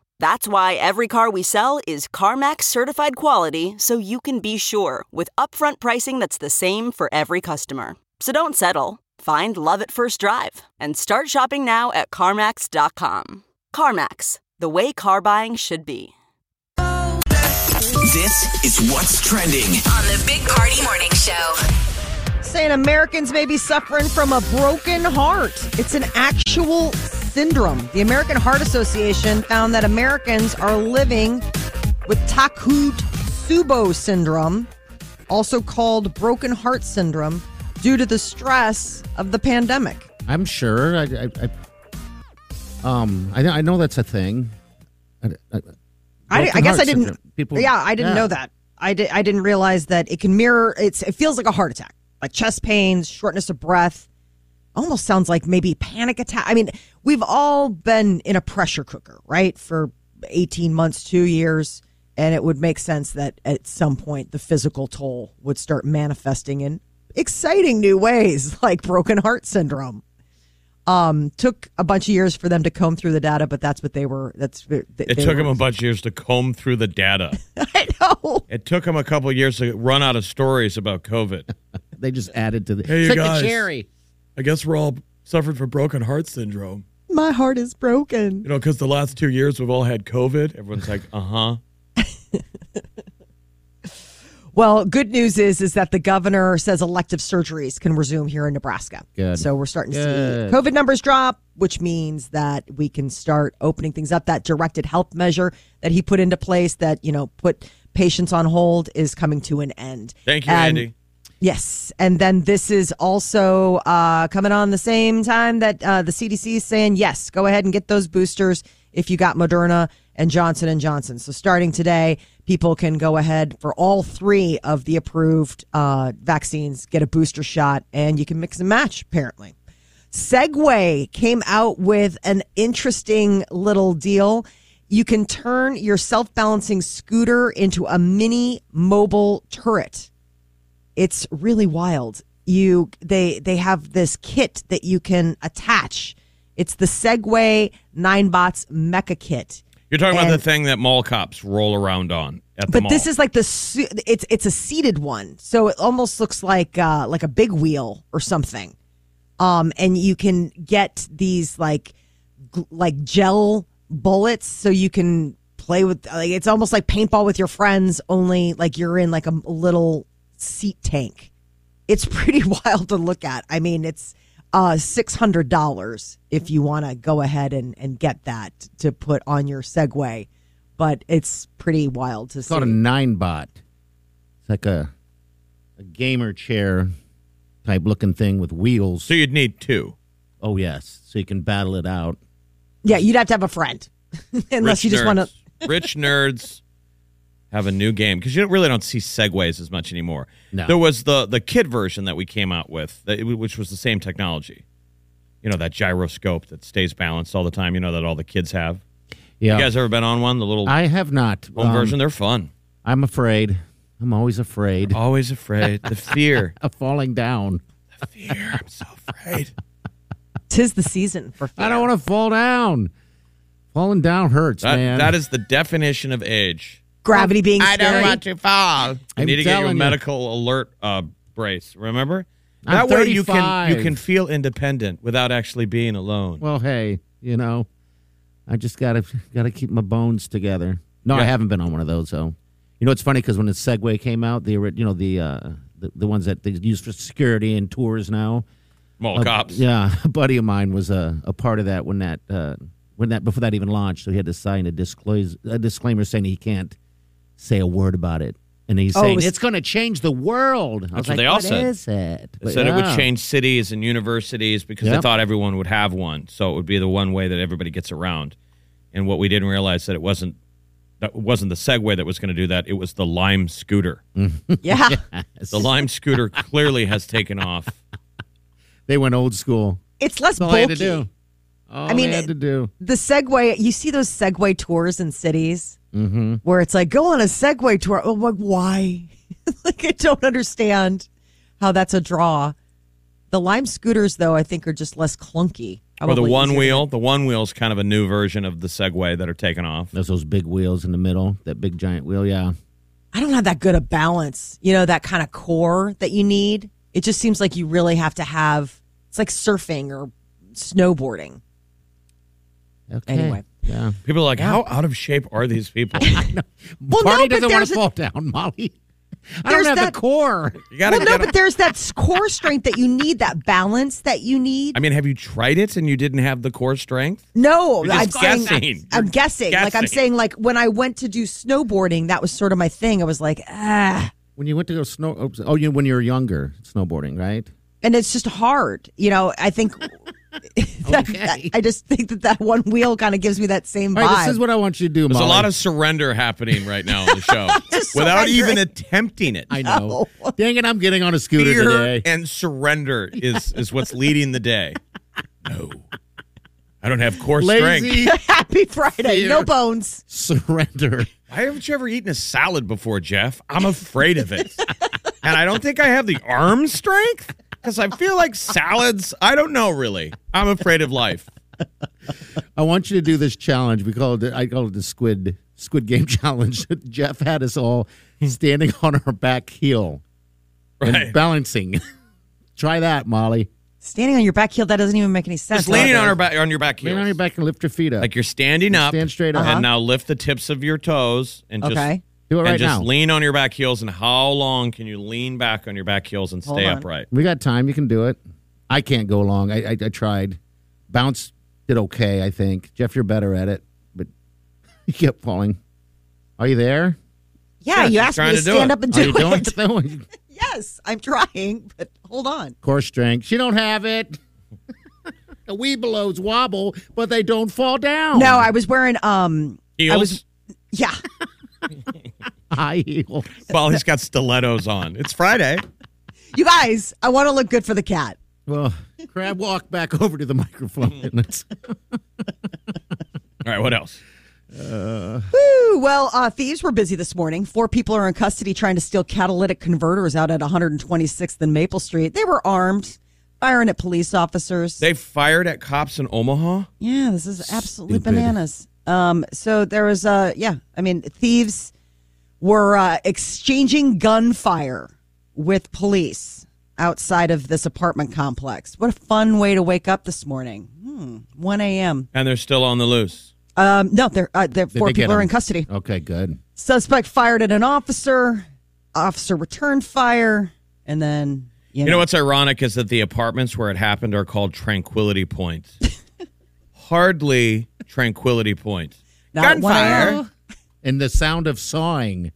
H: That's why every car we sell is CarMax certified quality so you can be sure with upfront pricing that's the same for every customer. So don't settle. Find love at first drive and start shopping now at CarMax.com. CarMax, the way car buying should be.
G: This is what's trending.
C: On the Big Party Morning Show.
E: saying Americans may be suffering from a broken heart. It's an actual syndrome. The American Heart Association found that Americans are living with Takotsubo syndrome, also called broken heart syndrome, due to the stress of the pandemic.
D: I'm sure. I, I, I um, I, know- I know that's a thing. I, I-
E: I,
D: Broken
E: I guess
D: heart
E: I didn't.
D: syndrome. People-
E: yeah, I didn't
D: yeah.
E: know that. I did. I didn't realize that it can mirror. It's. It feels like a heart attack, like chest pains, shortness of breath. Almost sounds like maybe panic attack. I mean, we've all been in a pressure cooker, right, for eighteen months, two years, And it would make sense that at some point the physical toll would start manifesting in exciting new ways, like broken heart syndrome. Um, took a bunch of years for them to comb through the data, but that's what they were. That's they,
F: It took him a bunch of years to comb through the data.
E: I know.
F: It took him a couple of years to run out of stories about COVID.
D: They just added to the.
F: Hey, you
D: it's like
F: guys.
D: a cherry.
F: I guess we're all suffering from broken heart syndrome.
E: My heart is broken.
F: You know, because the last two years we've all had COVID. Everyone's like, uh huh.
E: Well, good news is is that the governor says elective surgeries can resume here in Nebraska.
D: Good.
E: So we're starting to
D: Good.
E: see COVID numbers drop, which means that we can start opening things up. That directed help measure that he put into place that, you know, put patients on hold is coming to an end.
F: Thank you,
E: And-
F: Andy.
E: Yes. And then this is also uh, coming on the same time that uh, the CDC is saying, yes, go ahead and get those boosters if you got Moderna and Johnson & Johnson. So starting today, people can go ahead for all three of the approved uh, vaccines, get a booster shot, and you can mix and match, apparently. Segway came out with an interesting little deal. You can turn your self-balancing scooter into a mini mobile turret it's really wild you they they have this kit that you can attach it's the segway nine bots mecha kit
F: You're talking about the
E: And-
F: thing that mall cops roll around on at the
E: but
F: mall.
E: this is like the su- it's it's a seated one so it almost looks like uh like a big wheel or something um and you can get these like gl- like gel bullets so you can play with like it's almost like paintball with your friends only like you're in like a m- little seat tank it's pretty wild to look at i mean it's uh $600 if you want to go ahead and and get that to put on your segway but it's pretty wild to
D: It's
E: see
D: called a nine bot. It's like a a gamer chair type looking thing with wheels.
F: so you'd need two.
D: Oh yes, so you can battle it out.
E: Yeah, you'd have to have a friend, unless
F: Rich
E: you just
F: nerds.
E: want to.
F: Rich nerds have a new game because you don't, really don't see segways as much anymore.
D: No.
F: There was the the kid version that we came out with, that, which was the same technology. You know that gyroscope that stays balanced all the time. You know that all the kids have.
E: Oh.
D: Yeah,
F: You guys ever been on one? The little
D: I have not.
F: home
D: Um,
F: version. They're fun.
D: I'm afraid. I'm always afraid
F: Always afraid. The fear.
D: of falling down.
F: the fear. I'm so afraid.
E: Tis the season for.
D: I don't want to fall down. Falling down hurts,
F: That,
D: man.
F: that is the definition of age.
E: gravity being scary.
F: to fall. You
D: I'm
F: need to get your
D: telling you.
F: medical alert uh, brace. Remember?
D: I'm
F: that way you can you
D: 35.
F: can feel independent without actually being alone.
D: Well, hey, you know, I just gotta gotta keep my bones together. No, I
F: Yeah.
D: haven't been on one of those though. You know, it's funny because when the Segway came out, the ori- you know the uh, the, the ones that they use for security and tours now.
F: Mall
D: A-
F: cops.
D: uh, Yeah, a buddy of mine was a, a part of that when that uh, when that before that even launched. So he had to sign a disclose a disclaimer saying he can't say a word about it. And he's
E: Oh, it
D: saying
E: was-
D: it's going to change the world. I was
F: That's what
D: like,
F: they all
D: "What
F: said.
D: is it?
F: They
D: But
F: said it would
D: yeah.
F: change cities and universities because they
D: Yep.
F: thought everyone would have one, so it would be the one way that everybody gets around. And what we didn't realize that it wasn't that wasn't the Segway that was going to do that. It was the Lime scooter.
E: Yeah,
F: The Lime scooter clearly has taken off.
D: They went old school.
E: it's less
D: That's all
E: bulky.
D: they had to do. All
E: mean,
D: they had
E: it-
D: to do.
E: The Segway. You see those Segway tours in cities where it's like go on a Segway tour. Oh, like why? like I don't understand how that's a draw. The Lime scooters, though, I think are just less clunky.
F: Or the
E: Probably
F: one
E: easier.
F: wheel. The one wheel is kind of a new version of the Segway that are taken off.
D: There's those big wheels in the middle, that big giant wheel. Yeah.
E: I don't have that good a balance, you know, that kind of core that you need. It just seems like you really have to have, it's like surfing or snowboarding.
D: Okay.
E: Anyway.
D: Yeah.
F: People are like, how out of shape are these people? you
E: Well,
D: Marty
E: no, but
D: doesn't want
E: there's
D: to
E: a-
D: fall down, Molly. I
E: There's
D: don't have
E: that-
D: the core.
F: gotta
E: Well, no,
F: get
E: but there's that s- core strength that you need, that balance that you need.
F: I mean, have you tried it and you didn't have the core strength?
E: no,
F: You're
E: I'm
F: just
E: saying,
F: guessing.
E: I'm
F: You're
E: guessing. Like I'm
F: guessing.
E: saying, like when I went to do snowboarding, that was sort of my thing. I was like, ah,
D: When you went to go snow, oh, oh, you when you were younger, snowboarding, right?
E: and it's just hard, you know. I think. that-
D: Okay.
E: I just think that that one wheel kind of gives me that same
D: All
E: vibe.
D: right, this is what I want you to do,
F: There's
D: Molly.
F: a lot of surrender happening right now on the show without even attempting it.
D: I know. Dang it, I'm getting on a scooter
F: Fear
D: today.
F: and surrender is is what's leading the day. No, I don't have core strength.
D: Lazy
E: Happy Friday. No bones.
D: surrender.
F: Why haven't you ever eaten a salad before, Jeff? I'm afraid of it. and I don't think I have the arm strength because I feel like salads, I don't know really. I'm afraid of life.
D: I want you to do this challenge. We called it. I called it the Squid Squid Game Challenge. Jeff had us all standing on our back heel
F: Right.
D: and balancing. Try that, Molly.
E: Standing on your back heel, that doesn't even make any sense.
F: Just leaning on, her back, on your back heels.
D: Lean on your back and lift your feet up.
F: Like you're standing up.
D: Stand straight up. Uh-huh.
F: And now lift the tips of your toes and just,
E: Okay.
D: Do it
F: and
D: right
F: just
D: now.
F: lean on your back heels. And how long can you lean back on your back heels and stay
E: on.
F: upright?
D: We got time. You can do it. I can't go along. I, I, I tried. Bounce did okay, I think. Jeff, you're better at it, but you kept falling. Are you there?
E: Yeah,
F: she's
E: you asked me
F: trying
E: to,
F: to do
E: stand
F: it.
E: up and
D: Are
E: do
D: you
E: it.
D: doing it though?
E: Yes, I'm trying, but hold on.
D: Core strength. She don't have it. the Weebelows wobble, but they don't fall down.
E: No, I was wearing um
F: Heels?
E: I was yeah.
D: high heels.
F: well, he's got stilettos on. It's Friday.
E: You guys, I want to look good for the cat.
D: Well, crab walk back over to the microphone. Let's-
F: All right, what else?
E: Woo! Well, uh, thieves were busy this morning. Four people are in custody trying to steal catalytic converters out at 126th and Maple Street. They were armed, firing at police officers.
F: They fired at cops in Omaha.
E: yeah, this is absolutely
D: Stupid.
E: bananas. Um, so there was, uh, yeah, I mean, thieves were uh, exchanging gunfire with police outside of this apartment complex. What a fun way to wake up this morning. Hmm, 1 a.m.
F: And they're still on the loose.
E: Um, no, they're, uh, they're
D: Did
E: four
D: they get
E: people are
D: them?
E: in custody.
D: Okay, good.
E: Suspect fired at an officer. Officer returned fire, and then you know,
F: You know what's ironic is that the apartments where it happened are called Tranquility Points. Hardly Tranquility Point.
E: not one
F: Gunfire.
E: hour.
D: And the sound of sawing.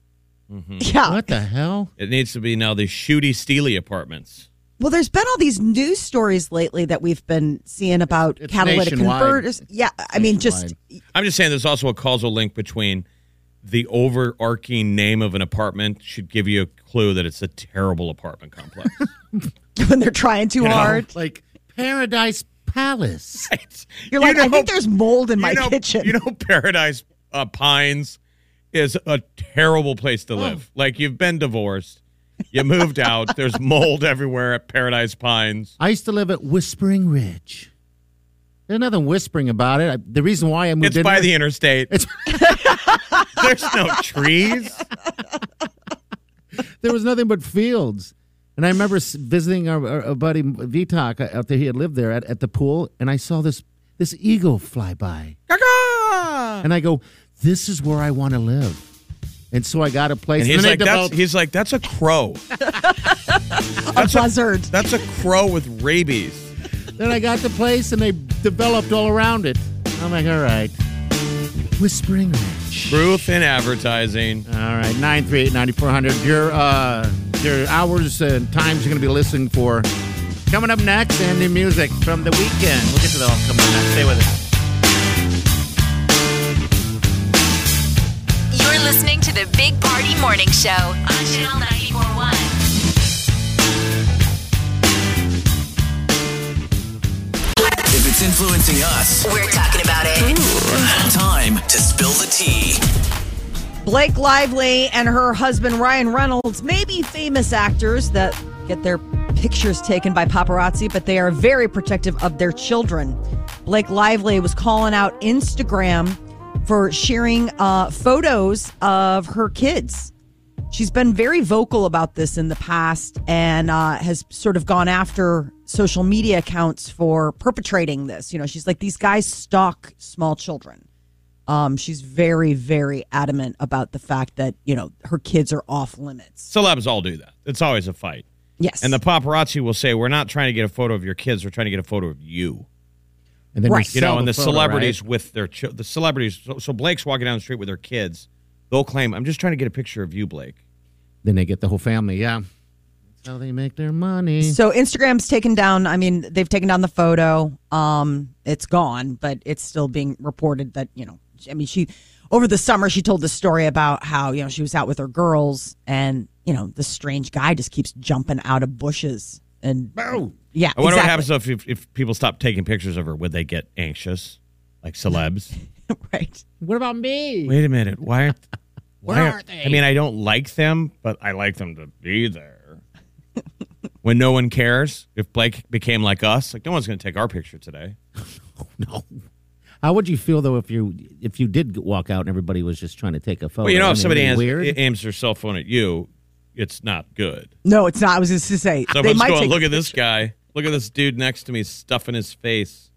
E: Yeah.
D: What the hell?
F: It needs to be now the Shooty Steely apartments.
E: Well, there's been all these news stories lately that we've been seeing about
D: It's
E: catalytic
D: nationwide.
E: converters. Yeah, I mean, just
F: I'm just saying there's also a causal link between the overarching name of an apartment should give you a clue that it's a terrible apartment complex.
E: when they're trying too hard.
D: Like Paradise Palace.
E: You're
F: You
E: like, I
F: know-
E: think there's mold in my
F: you know,
E: kitchen.
F: You know, Paradise uh, Pines is a terrible place to live. Like you've been divorced, you moved out. There's mold everywhere at Paradise Pines.
D: I used to live at Whispering Ridge. There's nothing whispering about it. I, the reason why I moved
F: It's
D: in
F: by
D: there-
F: the interstate.
D: It's-
F: There's no trees.
D: there was nothing but fields. And I remember s- visiting our, our, our buddy Vitok uh, out there. He had lived there at, at the pool, and I saw this this eagle fly by, and I go, "This is where I want to live." And so I got a place.
F: And
D: then
F: he's
D: they
F: like, that's,
D: developed-
F: he's like, that's a crow. that's a
E: Buzzard.
F: That's a crow with rabies.
D: Then I got the place, and they developed all around it. I'm like, all right, Whispering Ridge.
F: Truth in advertising.
D: All right, 938-9400. Your, uh, your hours and times you're going to be listening for. Coming up next, and new music from the weekend. We'll get to that all coming up next. Stay with us.
C: You're listening to the Big Party Morning Show on Channel 941.
A: If it's influencing us,
C: We're talking about it.
A: time to spill the tea.
E: Blake Lively and her husband Ryan Reynolds may be famous actors that get their pictures taken by paparazzi, but they are very protective of their children. Blake Lively was calling out Instagram for sharing uh, photos of her kids. She's been very vocal about this in the past and uh, has sort of gone after social media accounts for perpetrating this. You know, she's like, these guys stalk small children. Um, she's very, very adamant about the fact that, you know, her kids are off limits.
F: Celebs all do that. It's always a fight.
E: Yes.
F: And the paparazzi will say, we're not trying to get a photo of your kids. We're trying to get a photo of you.
D: And then
E: Right.
F: you know, and the, celebrities
D: Right?
F: with their chil the celebrities. So, so Blake's walking down the street with her kids. They'll claim, "I'm just trying to get a picture of you, Blake."
D: Then they get the whole family. Yeah, that's how they make their money.
E: so Instagram's taken down. I mean, they've taken down the photo. Um, it's gone, but it's still being reported that, you know, I mean, she, over the summer, she told the story about how, you know, she was out with her girls and, you know, this strange guy just keeps jumping out of bushes and
D: Bow.
E: yeah.
F: I wonder
E: exactly.
F: what happens if, if if people stop taking pictures of her. Would they get anxious, like celebs?
E: right.
D: What about me?
F: Wait a minute, why? Aren't, why
D: Where
F: are-
D: are they?
F: I mean, I don't like them, but I like them to be there. when no one cares, if Blake became like us, like no one's going to take our picture today.
D: No. How would you feel though if you if you did walk out and everybody was just trying to take a photo?
F: well, you know,
D: I
F: if
D: mean,
F: somebody
D: it'd
F: aims,
D: be Oh, weird.
F: aims their cell phone at you, it's not good.
E: No, it's not. I was just to say they
F: Someone's
E: might
F: going,
E: take
F: look at this guy. Look at this dude next to me stuffing his face.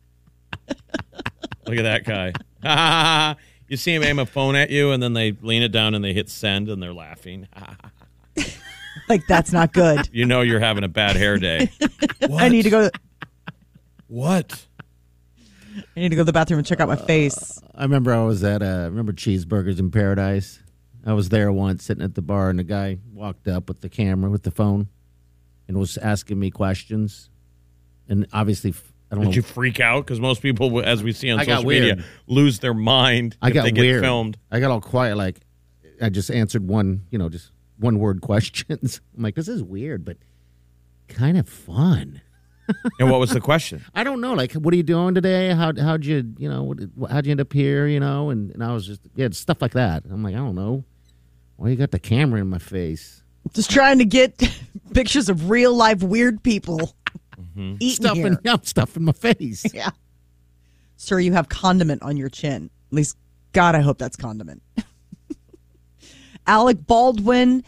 F: look at that guy. you see him aim a phone at you, and then they lean it down and they hit send, and they're laughing.
E: like that's not good.
F: you know you're having a bad hair day.
E: I need to go.
F: what?
E: I need to go to the bathroom and check out my face.
D: I remember I was at uh remember Cheeseburgers in Paradise. I was there once sitting at the bar and the guy walked up with the camera with the phone and was asking me questions. And obviously I don't know
F: Did you freak out? Because most people, as we see on
D: I got
F: social media,
D: weird.
F: lose their mind
D: I
F: if
D: got
F: they get
D: weird.
F: filmed.
D: I got all quiet like I just answered one, you know, just one word questions. I'm like this is weird but kind of fun.
F: And what was the question?
D: I don't know. Like, what are you doing today? How how'd you you know what, how'd you end up here? You know, and, and I was just yeah stuff like that. I'm like I don't know. Why you got the camera in my face?
E: Just trying to get pictures of real life weird people
F: Mm-hmm.
E: eating
D: Stuff in
E: here.
D: yeah, stuff in my face.
E: Yeah, sir, you have condiment on your chin. At least, God, I hope that's condiment. Alec Baldwin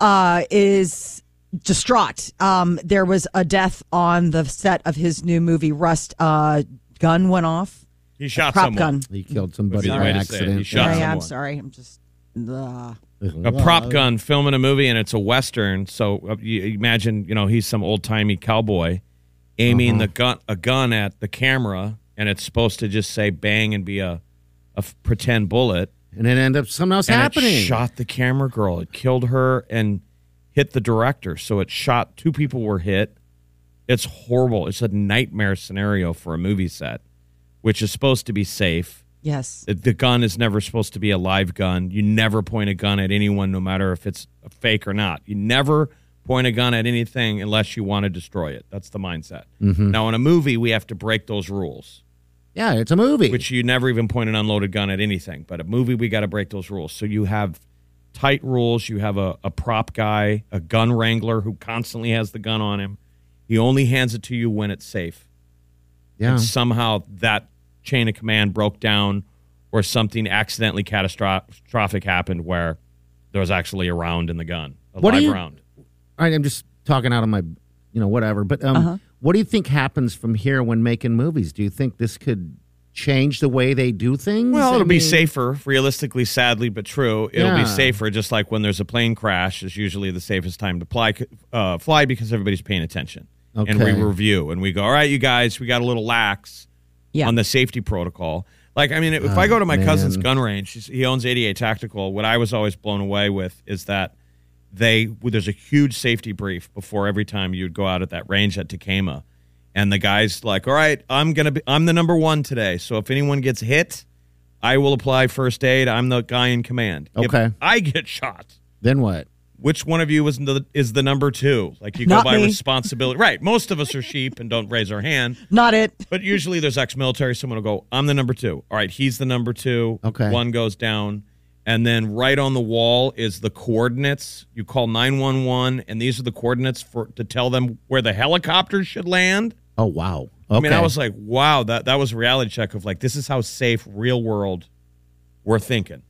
E: uh, is distraught. Um, there was a death on the set of his new movie Rust. Uh, gun went off.
F: He shot
E: Prop
F: someone.
E: gun.
D: He killed somebody
F: the
D: by
F: way to say it.
D: accident.
F: He shot
E: yeah, yeah, I'm
F: someone.
E: sorry. I'm just. Uh,
F: a prop gun filming a movie and it's a western so uh, you you imagine you know he's some old-timey cowboy aiming the gun a gun at the camera and it's supposed to just say bang and be a, a f- pretend bullet
D: and it ended up something else
F: and
D: happening.
F: it shot the camera girl it killed her and hit the director so it shot two people were hit it's horrible it's a nightmare scenario for a movie set which is supposed to be safe
E: yes.
F: the- the gun is never supposed to be a live gun. You never point a gun at anyone, no matter if it's a fake or not. You never point a gun at anything unless you want to destroy it. That's the mindset. Now, in a movie, we have to break those rules,
D: yeah, it's a movie.
F: which you never even point an unloaded gun at anything. But a movie, we got to break those rules. So you have tight rules. You have a, a prop guy, a gun wrangler who constantly has the gun on him. He only hands it to you when it's safe
D: yeah,
F: and somehow that chain of command broke down or something accidentally catastrophic happened where there was actually a round in the gun, a
D: What do
F: live
D: you-
F: round.
D: All right, I'm just talking out of my, you know, whatever. But um, what do you think happens from here when making movies? Do you think this could change the way they do things?
F: Well,
D: I
F: it'll be
D: mean-
F: safer, realistically, sadly but true. It'll
D: Yeah.
F: be safer, just like when there's a plane crash is usually the safest time to fly, uh, fly because everybody's paying attention. And we
D: Okay.
F: review and we go, all right, you guys, we got a little lax
E: Yeah.
F: on the safety protocol. Like, I mean, if I go to my
D: Ah, man.
F: cousin's gun range, he's- he owns 88 Tactical. What I was always blown away with is that they well, there's a huge safety brief before every time you'd go out at that range at Takema, and the guy's like, "All right, I'm gonna be I'm the number one today. So if anyone gets hit, I will apply first aid. I'm the guy in command.
D: Okay.
F: If I get shot,
D: Then what?
F: which one of you is the is the number two? Like you
E: Not
F: go by
E: me.
F: responsibility, right? Most of us are sheep and don't raise our hand.
E: Not it.
F: But usually there's ex-military. Someone will go, "I'm the number two. All right, he's the number two.
D: Okay.
F: one goes down, and then right on the wall is the coordinates. You call nine one one, and these are the coordinates for to tell them where the helicopters should land.
D: Oh wow. Okay.
F: I mean, I was like, wow, that that was a reality check of like this is how safe real world we're thinking.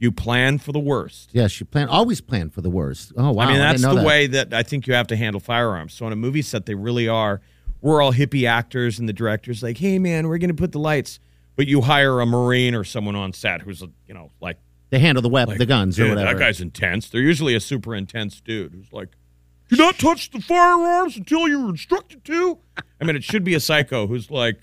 F: You plan for the worst.
D: Yes, you plan. Always plan for the worst. Oh wow!
F: I mean,
D: didn't
F: that's
D: know
F: the
D: that.
F: way that I think you have to handle firearms. So on a movie set, they really are. We're all hippie actors, and the director's like, "Hey, man, we're going to put the lights." But you hire a marine or someone on set who's, you know, like,
D: they handle the weapon, the guns, or
F: "Dude,
D: whatever.
F: that guy's intense. They're usually a super intense dude who's like, "Do not touch the firearms until you're instructed to." I mean, it should be a psycho who's like,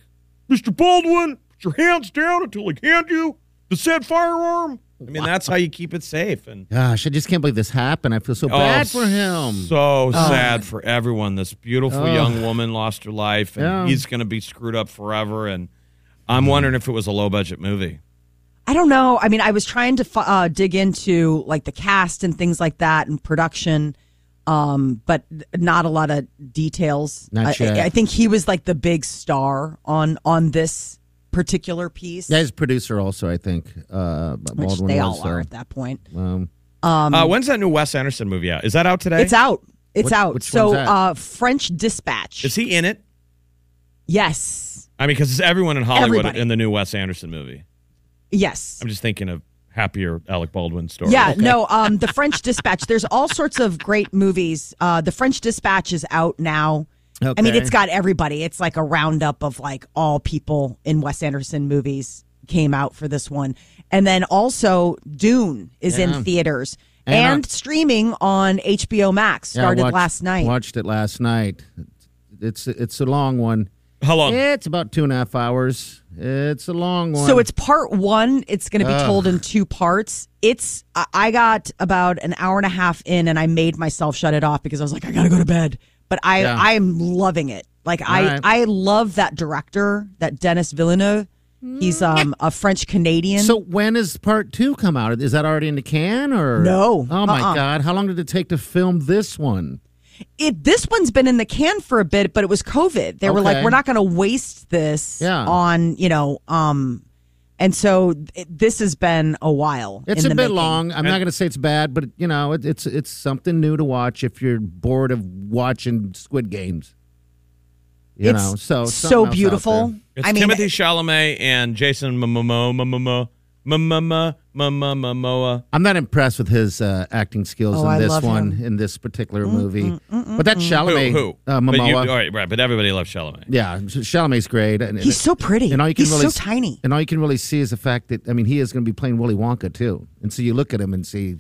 F: "Mr. Baldwin, put your hands down until I hand you the said firearm." I mean, that's how you keep it safe and.
D: Gosh, I just can't believe this happened. I feel so bad for him.
F: Oh, So sad for everyone. This beautiful
D: Oh.
F: young woman lost her life, and
D: Yeah. Mm.
F: he's going to be screwed up forever. And I'm wondering if it was a low budget movie.
E: I don't know. I mean, I was trying to fi- uh, dig into like the cast and things like that and production. um, but not a lot of details.
D: Not
E: I-
D: yet.
E: I, I think he was like the big star on on this particular piece,
D: Yeah, he's a producer also, I think. Uh,
E: which
D: Baldwin
E: they
D: was,
E: all are
D: so,
E: at that point.
D: Um,
F: uh, when's that new Wes Anderson movie out? Is that out today?
E: It's out. It's
D: Which-
E: out.
D: which
E: so
D: one's that?
E: uh French Dispatch.
F: Is he in it?
E: yes.
F: I mean, because it's everyone in Hollywood
E: Everybody.
F: in the new Wes Anderson movie.
E: Yes.
F: I'm just thinking of happier Alec Baldwin story.
E: Yeah, no, um, The French Dispatch. There's all sorts of great movies. Uh, the French Dispatch is out now. I mean,
D: Okay.
E: it's got everybody. It's like a roundup of like all people in Wes Anderson movies came out for this one. And then also Dune is in theaters and,
D: And, uh,
E: streaming on HBO Max.
D: yeah, I
E: Started
D: watched-
E: last night.
D: Watched it last night. It's it's a long one.
F: How long?
E: Eh,
D: It's about two and a half hours. It's a long one.
E: So it's part one. It's going to be told in two parts. It's I- I got about an hour and a half in, and I made myself shut it off because I was like, I gotta go to bed. But I
D: Yeah.
E: I'm loving it. Like I
D: right.
E: I love that director, that Dennis Villeneuve. He's um a French Canadian.
D: So when is part two come out? Is that already in the can or
E: No.
D: Oh my
E: Uh-uh.
D: god! How long did it take to film this one?
E: it this one's been in the can for a bit, but it was COVID. They were like,
D: Okay.
E: we're not going to waste this
D: Yeah.
E: on you know um. And so it, this has been a while.
D: It's
E: in
D: a
E: the
D: bit
E: making.
D: long. I'm not going to say it's bad, but you know, it, it's it's something new to watch if you're bored of watching Squid Games. You
E: it's
D: know, so something
E: so
D: else out
E: beautiful.
D: there.
F: It's
E: I mean, eh.
F: Timothy Chalamet and Jason Momoa Momoa Momoa Momoa.
D: I'm not impressed with his uh, acting skills
E: Oh,
D: in
E: I
D: this
E: love
D: one,
E: him. Mm,
D: in this particular movie. But that
F: Who?
D: Chalamet,
F: Who?
D: Uh,
F: But you-
D: Momoa,
F: all right, right. But everybody loves Chalamet.
D: yeah, Chalamet's great. And,
E: He's so pretty.
D: And all you can
E: He's
D: really
E: so
D: s-
E: tiny.
D: And all you can really see is the fact that I mean, he is going to be playing Willy Wonka too. And so you look at him and see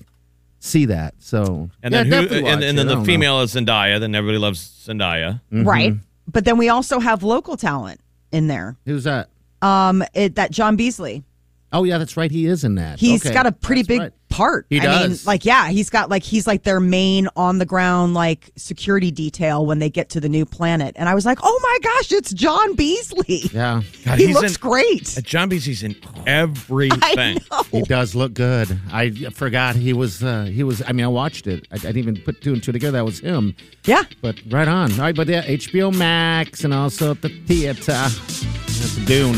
D: see that. So
F: And
D: yeah,
F: then who?
D: definitely watch
F: And, and
D: it.
F: then
D: I
F: the
D: don't
F: female is Zendaya. Then everybody loves Zendaya.
D: Mm-hmm.
E: right? But then we also have local talent in there.
D: know. Who's that?
E: Um, it, that John Beasley,
D: Oh yeah, that's right. He is in that.
E: He's
D: He's
E: got a pretty big part.
D: He
E: I mean,
D: does.
E: like yeah, he's got like he's like their main on the ground like security detail when they get to the new planet. And I was like, oh my gosh, it's John Beasley.
D: Yeah,
F: God,
E: he
F: he's
E: looks
F: in-
E: great.
F: Uh, John Beasie's in everything.
E: I know.
D: he does look good. I forgot he was. Uh, he was. I mean, I watched it. I, I didn't even put two and two together. That was him.
E: Yeah.
D: But right on. All right, but yeah, HBO Max and also at the theater. That's Dune.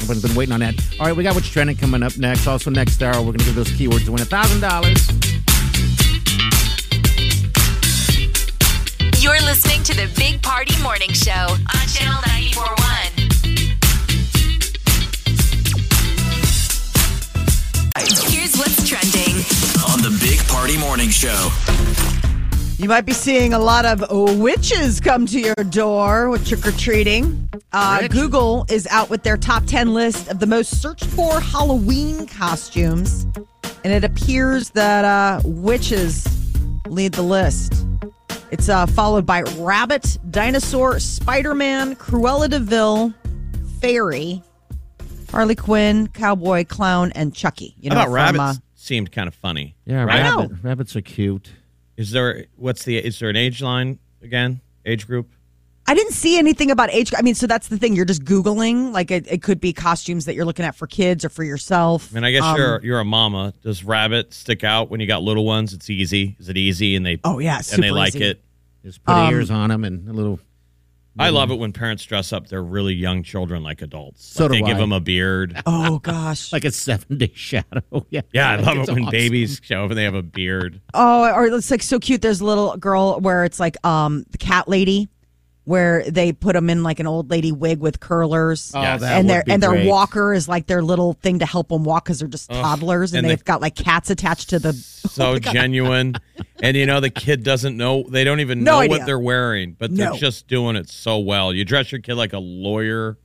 D: Everyone's been waiting on that. All right, we got what's trending coming up next. Also next hour, we're gonna give those keywords to win a thousand dollars.
C: You're listening to the Big Party Morning Show on Channel 941. Here's what's trending.
I: on the Big Party Morning Show.
E: You might be seeing a lot of witches come to your door with trick or treating. Uh, Google is out with their top 10 list of the most searched for Halloween costumes. And it appears that uh, witches lead the list. It's uh, followed by Rabbit, Dinosaur, Spider Man, Cruella de Vil, Fairy, Harley Quinn, Cowboy, Clown, and Chucky. You
F: How about
E: from,
F: rabbits?
E: uh,
F: Seemed kind of funny.
D: Yeah,
F: right.
E: know.
D: rabbit, rabbits are cute.
F: Is there what's the is there an age line again? Age group?
E: I didn't see anything about age. I mean, so that's the thing. You're just Googling. Like, it, it could be costumes that you're looking at for kids or for yourself.
F: I mean, I guess
E: Um,
F: you're you're a mama. Does rabbit stick out when you got little ones? It's easy. Is it easy? And they
E: Oh, yeah.
F: and they
E: super
F: like
E: easy.
F: it.
D: Just put
E: Um,
D: ears on them and a little.
F: I love it when parents dress up their really young children like adults.
D: Mm-hmm. So
F: like
D: do
F: they give
D: I.
F: them a beard.
E: Oh, gosh.
D: Like a seven day shadow. Yeah.
F: Yeah, I
D: Like,
F: love it
D: it's
F: when
D: awesome.
F: babies show up and they have a beard.
E: oh, or it's like so cute. There's a little girl where it's like um the cat lady, where they put them in like an old lady wig with curlers.
D: Oh,
F: Yes.
D: that
E: and
D: would
E: their
D: be
E: and their
D: great.
E: walker is like their little thing to help them walk because they're just toddlers and,
F: and the-
E: they've got like cats attached to the.
F: So genuine. And you know, the kid doesn't know, they don't even
E: No
F: know
E: idea.
F: what they're wearing, but
E: No.
F: they're just doing it so well. You dress your kid like a lawyer,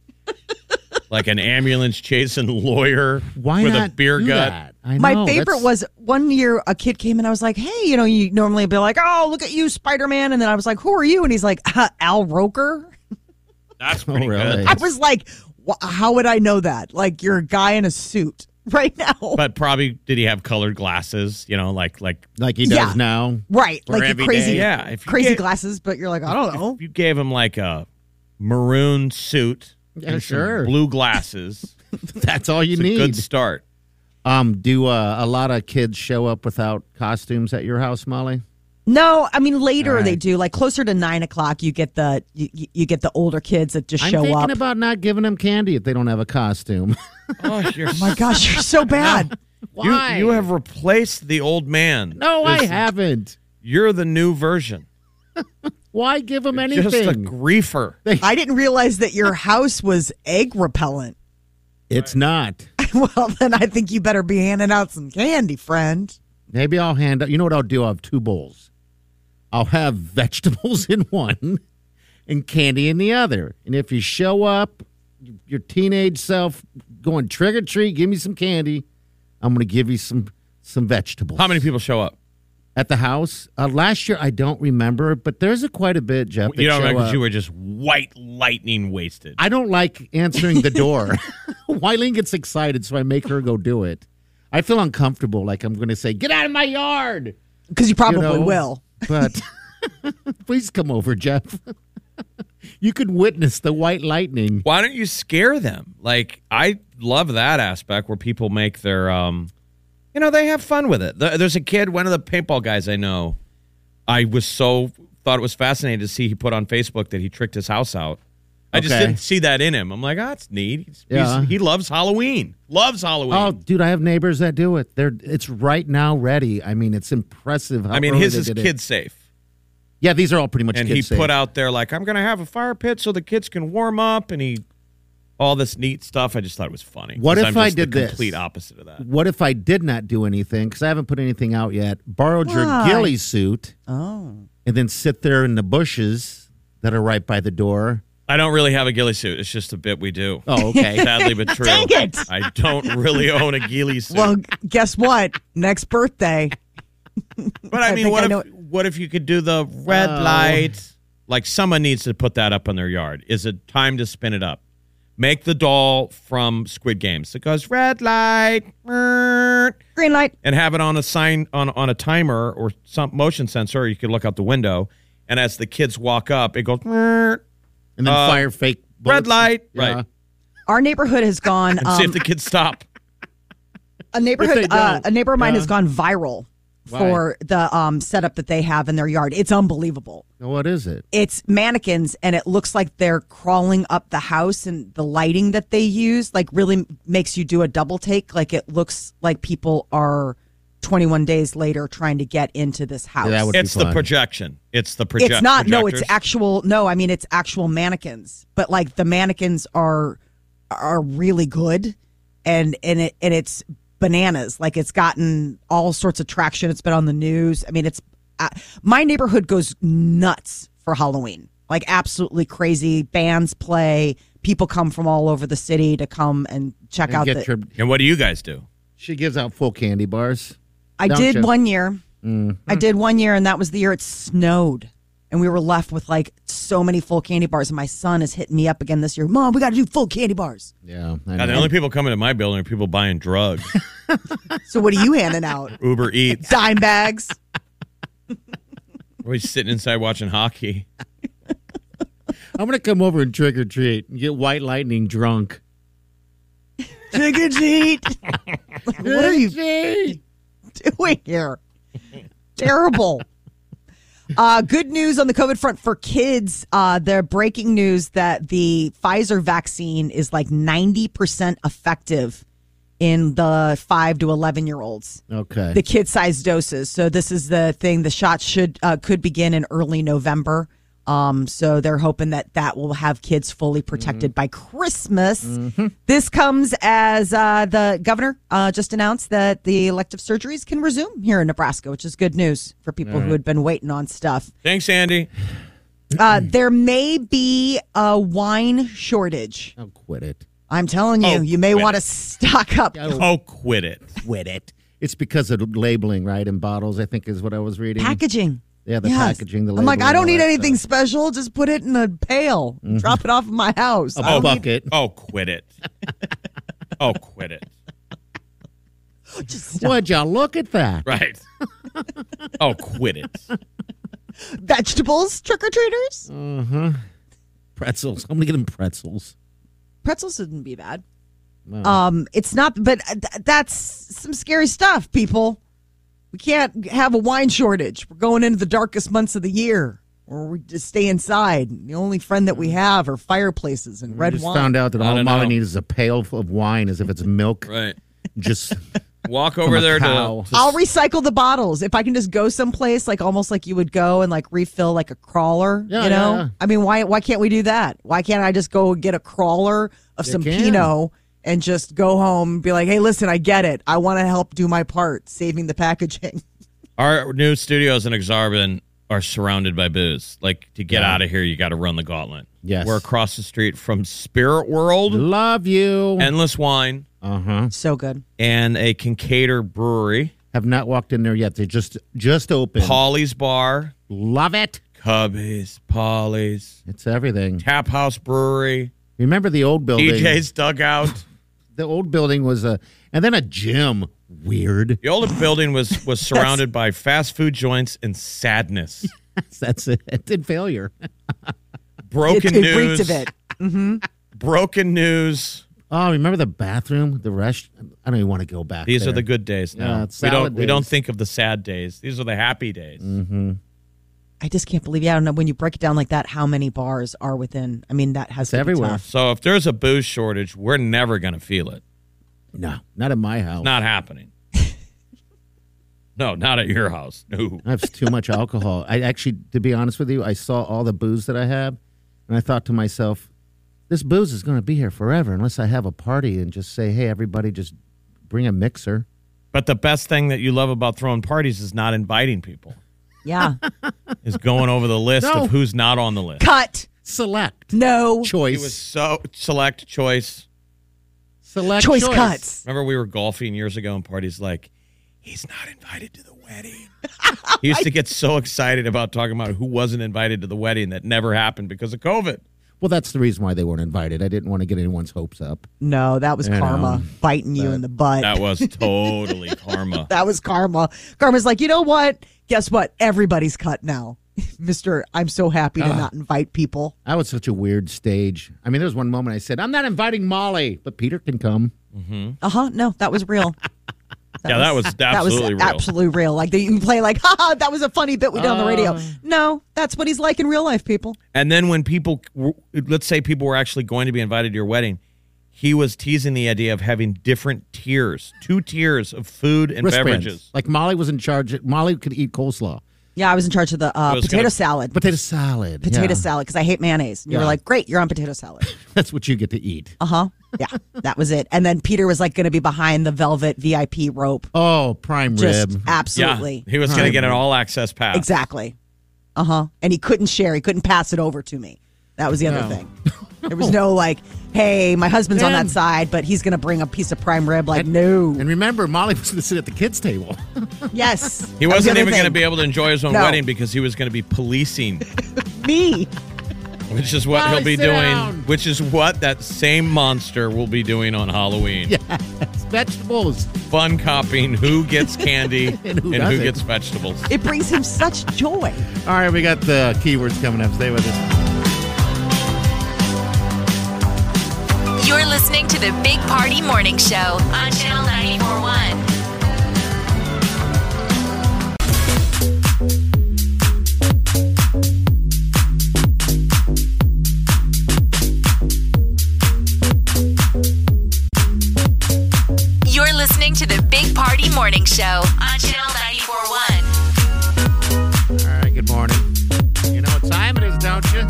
F: like an ambulance chasing lawyer
D: Why
F: with
D: not
F: a beer
D: do
F: gut.
D: that? I
E: My
D: know,
E: favorite
D: that's-
E: was one year a kid came and I was like, "Hey, you know, you normally be like, oh, look at you, Spider Man," and then I was like, "Who are you?" And he's like, uh, "Al Roker."
F: That's pretty
D: Oh, really?
F: good.
E: I was like, "Wh- "How would I know that? Like, you're a guy in a suit right now,
F: But probably did he have colored glasses? You know, like like
D: like he does
E: Yeah.
D: now.
E: right?
D: For
E: Like
D: every
E: you crazy,
D: day.
F: yeah. If you
E: crazy
F: gave-
E: glasses." But you're like, "I don't know."
F: If you gave him like a maroon suit,
D: Yeah,
F: and some
D: sure.
F: blue glasses.
D: That's all you
F: it's a
D: need.
F: good start.
D: um, do uh, a lot of kids show up without costumes at your house, Molly?
E: No, I mean later
D: All right.
E: they do. Like closer to nine o'clock, you get the you, you- you get the older kids that just
D: I'm
E: show
D: thinking
E: up.
D: about not giving them candy if they don't have a costume.
F: Oh, you're
E: oh my gosh, you're so bad.
F: You,
D: Why?
F: you have replaced the old man.
D: no, I
F: This-
D: haven't.
F: You're the new version.
D: Why give them anything?
F: Just a griefer.
E: I didn't realize that your house was egg repellent.
D: it's not.
E: well, then I think you better be handing out some candy, friend.
D: Maybe I'll hand out. You know what I'll do? I'll have two bowls. I'll have vegetables in one and candy in the other. And if you show up, your teenage self going trick or treat, give me some candy. I'm going to give you some some vegetables.
F: How many people show up?
D: at the house uh, last year? I don't remember, but there's a quite a bit, Jeff. that
F: you don't
D: show
F: remember
D: up.
F: because you were just white lightning wasted.
D: I don't like answering the door. Wileen gets excited, so I make her go do it. I feel uncomfortable, like I'm going to say, "Get out of my yard."
E: Because you probably
D: you know,
E: will.
D: But please come over, Jeff. you could witness the white lightning.
F: Why don't you scare them? Like I love that aspect where people make their, um, you know, they have fun with it. Th- There's a kid, one of the paintball guys I know. I was so thought it was fascinating to see he put on Facebook that he tricked his house out. I just
D: Okay.
F: didn't see that in him. I'm like, ah, it's neat. He's,
D: Yeah.
F: he's, he loves Halloween. Loves Halloween.
D: Oh, dude, I have neighbors that do it. They're it's right now ready. I mean, it's impressive. How
F: I mean,
D: early
F: his
D: they
F: is
D: did it.
F: kid safe.
D: Yeah, these are all pretty much.
F: and
D: kid
F: he
D: safe.
F: put out there like i'm gonna have a fire pit so the kids can warm up and he all this neat stuff i just thought it was funny
D: What
F: 'cause
D: if
F: I'm
D: I
F: just the
D: did this?
F: complete opposite of that
D: What if I did not do anything? Because I haven't put anything out yet. Borrowed
E: Why?
D: your ghillie suit
E: Oh.
D: and then sit there in the bushes that are right by the door.
F: i don't really have a ghillie suit it's just a bit we do
D: Oh, okay.
F: sadly but true
E: Dang it!
F: i don't really own a ghillie suit
E: Well, guess what? Next birthday.
F: but i,
E: I
F: mean
E: think
F: what
E: I
F: if
E: know-
F: what if you could do the red
D: Oh.
F: light like someone needs to put that up in their yard is it time to spin it up make the doll from squid games that goes red light brrrt.
E: Green light.
F: and have it on a sign on on a timer or some motion sensor. Or you could look out the window, and as the kids walk up, it goes "Meow,"
D: And then
F: Uh,
D: fire fake.
F: red
D: bullets.
F: light,
D: Yeah.
F: right?
E: Our neighborhood has gone.
F: And see
E: Um,
F: if the kids stop.
E: a neighborhood,
D: don't,
E: uh, a neighbor of mine
D: yeah.
E: has gone viral
D: Why?
E: for the um, setup that they have in their yard. It's unbelievable.
D: Now, What is it?
E: It's mannequins, and it looks like they're crawling up the house, and the lighting that they use like really makes you do a double take. Like it looks like people are 21 days later trying to get into this house.
D: that would-
F: It's the
D: fun.
F: projection. It's the projection.
E: it's not. No, it's actual. No, I mean it's actual mannequins, but like the mannequins are are really good, and and it and it's bananas. Like it's gotten all sorts of traction. It's been on the news. I mean, it's uh, my neighborhood goes nuts for Halloween. Like absolutely crazy. Bands play. People come from all over the city to come and check
D: And
E: out
D: get
E: the.
D: your,
F: And what do you guys do?
D: she gives out full candy bars.
E: I
D: don't
E: did
D: you? Mm.
E: one year. I did one year, and that was the year it snowed. And we were left with like so many full candy bars. And my son is hitting me up again this year. Mom, we got to do full candy bars.
D: Yeah. I
F: Now, the
D: know.
F: only people coming to my building are people buying drugs,
E: So what are you handing out?
F: Uber Eats.
E: Dime bags.
F: We're always sitting inside watching hockey.
D: I'm going to come over and trick or treat and get white lightning drunk.
E: Trick or treat. what are you
D: Hey.
E: doing here? Terrible. Uh, good news on the COVID front for kids. Uh, the breaking news that the Pfizer vaccine is like 90% effective in the 5 to 11 year olds.
D: Okay.
E: the kid sized doses. So this is the thing. The shots should uh, could begin in early November. Um, so they're hoping that that will have kids fully protected by Christmas. This comes as uh, the governor uh, just announced that the elective surgeries can resume here in Nebraska, which is good news for people who had been waiting on stuff.
F: Thanks, Andy.
E: Uh, there may be a wine shortage.
D: I'll quit it.
E: I'm telling you,
F: Oh,
E: you may
F: wait.
E: want to stock up.
F: Oh, quit it.
D: Quit it. It's because of labeling, right? In bottles, I think is what I was reading.
E: packaging.
D: Yeah, the packaging, the
E: I'm like,
D: labeling,
E: I don't
D: all
E: need
D: that Mm-hmm.
E: anything special. Just put it in a pail. and Drop it off at my house.
D: A
E: I don't need-
D: bucket.
F: Oh, quit it. Oh, quit it.
E: just
D: Would you look at that?
F: Right. Oh, quit it.
E: vegetables, trick or treaters.
D: Uh huh. Pretzels. I'm gonna get them pretzels.
E: Pretzels wouldn't be bad.
D: Wow.
E: Um, it's not, but th- that's some scary stuff, people. We can't have a wine shortage. We're going into the darkest months of the year, or we just stay inside. And the only friend that we have are fireplaces and
D: I
E: red
D: Mm. just
E: wine.
D: found out that
F: I
D: all
F: don't
D: Molly
F: know.
D: needs is a pail of wine as if it's milk.
F: Right.
D: Just
F: Walk over
D: a
F: there to,
D: cow.
F: to
E: I'll recycle the bottles if I can just go someplace like almost like you would go and like refill like a crawler.
D: Yeah,
E: you know,
D: yeah, yeah.
E: I mean, why why can't we do that? Why can't I just go get a crawler of
D: You
E: some
D: can.
E: Pinot and just go home and be like, hey, listen, I get it. I want to help do my part, saving the packaging.
F: our new studios in Exarban are surrounded by booze. Like to get out of here, you got to run the gauntlet.
D: Yes.
F: we're across the street from Spirit World,
D: love you.
F: Endless Wine,
D: Uh huh.
E: So good.
F: and a Kincaidor Brewery,
D: Have not walked in there yet. They just just opened.
F: Polly's Bar,
D: Love it.
F: Cubbies, Polly's,
D: It's everything.
F: Tap House Brewery,
D: Remember the old building?
F: DJ's Dugout.
D: The old building was a, and then a gym. Weird.
F: The old building was was surrounded by fast food joints and sadness,
D: That's it. It did failure.
F: broken
E: it, it reeked
F: news,
E: of it.
F: broken news.
D: Oh, remember the bathroom, the rest. I don't even want to go back.
F: These are
D: there.
F: the good days now.
D: Yeah,
F: we
D: it's
F: don't
D: salad
F: we don't
D: days. Mm-hmm.
F: think of the sad days. These are the happy days.
E: I just can't believe. Yeah, I don't know when you break it down like that, how many bars are within? I mean, that has
D: It's
E: to be
D: everywhere.
E: tough.
F: So if there's a booze shortage, we're never going to feel it.
D: No, not in my house.
F: Not happening. no, not at your house. No.
D: I have too much alcohol. I actually, to be honest with you, I saw all the booze that I have, and I thought to myself, this booze is going to be here forever unless I have a party and just say, hey, everybody, just bring a mixer.
F: But the best thing that you love about throwing parties is not inviting people.
E: Yeah,
F: Is going over the list
D: No.
F: of who's not on the list.
E: cut.
D: Select
E: No
F: It
D: choice.
F: was so select choice.
D: select
E: choice,
D: choice
E: cuts.
F: Remember we were golfing years ago and parties like he's not invited to the wedding. he used to get so excited about talking about who wasn't invited to the wedding that never happened because of COVID.
D: Well, that's the reason why they weren't invited. I didn't want to get anyone's hopes up.
E: No, that was
D: know,
E: karma biting you in the butt.
F: That was totally karma.
E: That was karma. Karma's like, you know what? Guess what? Everybody's cut now. Mr. I'm so happy to not invite people.
D: I was such a weird stage. I mean, there was one moment I said, I'm not inviting Molly, but Peter can come.
E: Uh huh. No, that was real.
F: yeah, that was
E: That was
F: absolutely real.
E: absolutely real. Like they, you can play like, haha, that was a funny bit we did on the radio. No, that's what he's like in real life, people.
F: And then when people, were- let's say people were actually going to be invited to your wedding, he was teasing the idea of having different tiers, two tiers of food and
D: Wristbands.
F: beverages.
D: Like Molly was in charge. Molly could eat coleslaw,
E: Yeah, I was in charge of the uh,
F: It was
E: potato
F: kinda-
E: salad.
D: potato salad.
E: potato
D: yeah.
E: salad because I hate mayonnaise. And you were
D: Yeah.
E: like, great, you're on potato salad.
D: That's what you get to eat.
E: Uh huh. Yeah, that was it. And then Peter was like going to be behind the velvet VIP rope.
D: Oh, prime
E: Just
D: rib.
E: absolutely.
F: Yeah, he was going to get an all access pass.
E: Exactly. Uh huh. And he couldn't share. He couldn't pass it over to me. That was the other
D: No.
E: thing. There was no like, hey, my husband's on
D: Damn.
E: that side, but he's going to bring a piece of prime rib. Like, no.
D: And remember, Molly was going to sit at the kids' table.
F: He
E: yes. That was the
F: wasn't
E: other
F: even
E: thing.
F: going to be able to enjoy his own
E: No.
F: wedding because he was going to be policing,
E: me.
F: which is what
D: Molly,
F: he'll be
D: sit
F: doing,
D: down.
F: which is what that same monster will be doing on Halloween.
D: Vegetables.
F: Fun copying who gets candy and
D: who
F: who,
D: doesn't.
F: gets vegetables.
E: It brings him such joy.
D: All right, we got the keywords coming up. Stay with us.
C: You're listening to the Big Party Morning Show on Channel 941. You're listening to the Big Party Morning Show on Channel 941.
D: All right, good morning. You know what time it is, don't you?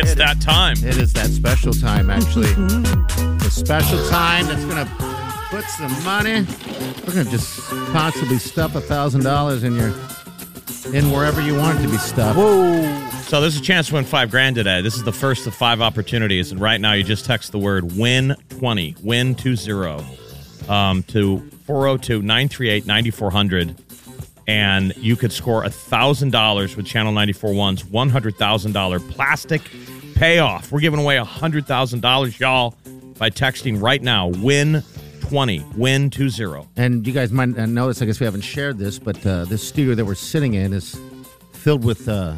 F: It's that time.
D: It is that special time, actually.
F: Mm-hmm.
D: the special time that's going to put some money. We're going to just possibly stuff a thousand dollars in your in wherever you want it to be stuffed.
F: So there's a chance to win five grand today. This is the first of five opportunities, and right now you just text the word "win twenty win 20 um, to 402-938-9400, and you could score a thousand dollars with Channel 94.1's one hundred thousand dollar plastic payoff. We're giving away a hundred thousand dollars, y'all, by texting right now. Win twenty win 20
D: And you guys might uh, notice, I guess we haven't shared this, but uh, this studio that we're sitting in is filled with uh,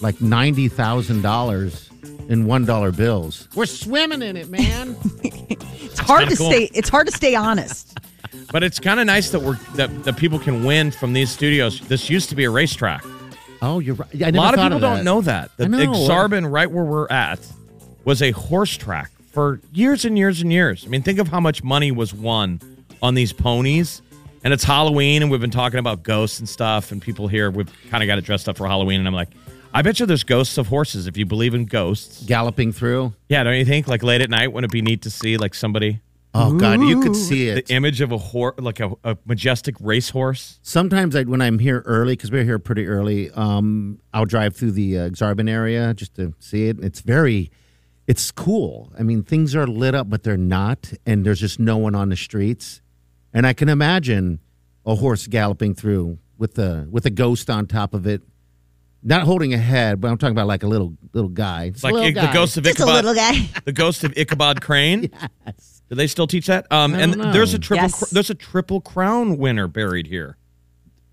D: like ninety thousand dollars in one dollar bills. We're swimming in it, man.
E: It's hard to
F: kinda cool.
E: stay. It's hard to stay honest.
F: But it's kind of nice that we're that, that people can win from these studios. This used to be a racetrack.
D: Oh, you're right. Yeah, I
F: A
D: never
F: lot of
D: thought
F: people
D: that.
F: don't know that. The
D: I know.
F: Exarban, right where we're at, was a horse track for years and years and years. I mean, think of how much money was won on these ponies. And it's Halloween, and we've been talking about ghosts and stuff, and people here, we've kind of got it dressed up for Halloween. And I'm like, I bet you there's ghosts of horses if you believe in ghosts.
D: Galloping through.
F: Yeah, don't you think? Like late at night, wouldn't it be neat to see like somebody,
D: Oh God, you could see it.
F: the image of a horse, like a, a majestic racehorse?
D: Sometimes I, when I'm here early, because we're here pretty early, um, I'll drive through the uh, Exarban area just to see it. It's very, it's cool. I mean, things are lit up, but they're not, and there's just no one on the streets. And I can imagine a horse galloping through with a with a ghost on top of it, not holding a head, but I'm talking about like a little little guy.
F: It's like
D: little
F: I- the
D: guy.
F: ghost of
J: Just a
F: Ichabod.
J: little guy.
F: The ghost of Ichabod Crane. Do they still teach that? Um,
D: I
F: and
D: don't know.
F: there's a triple
E: Yes.
F: cr- there's a triple crown winner buried here.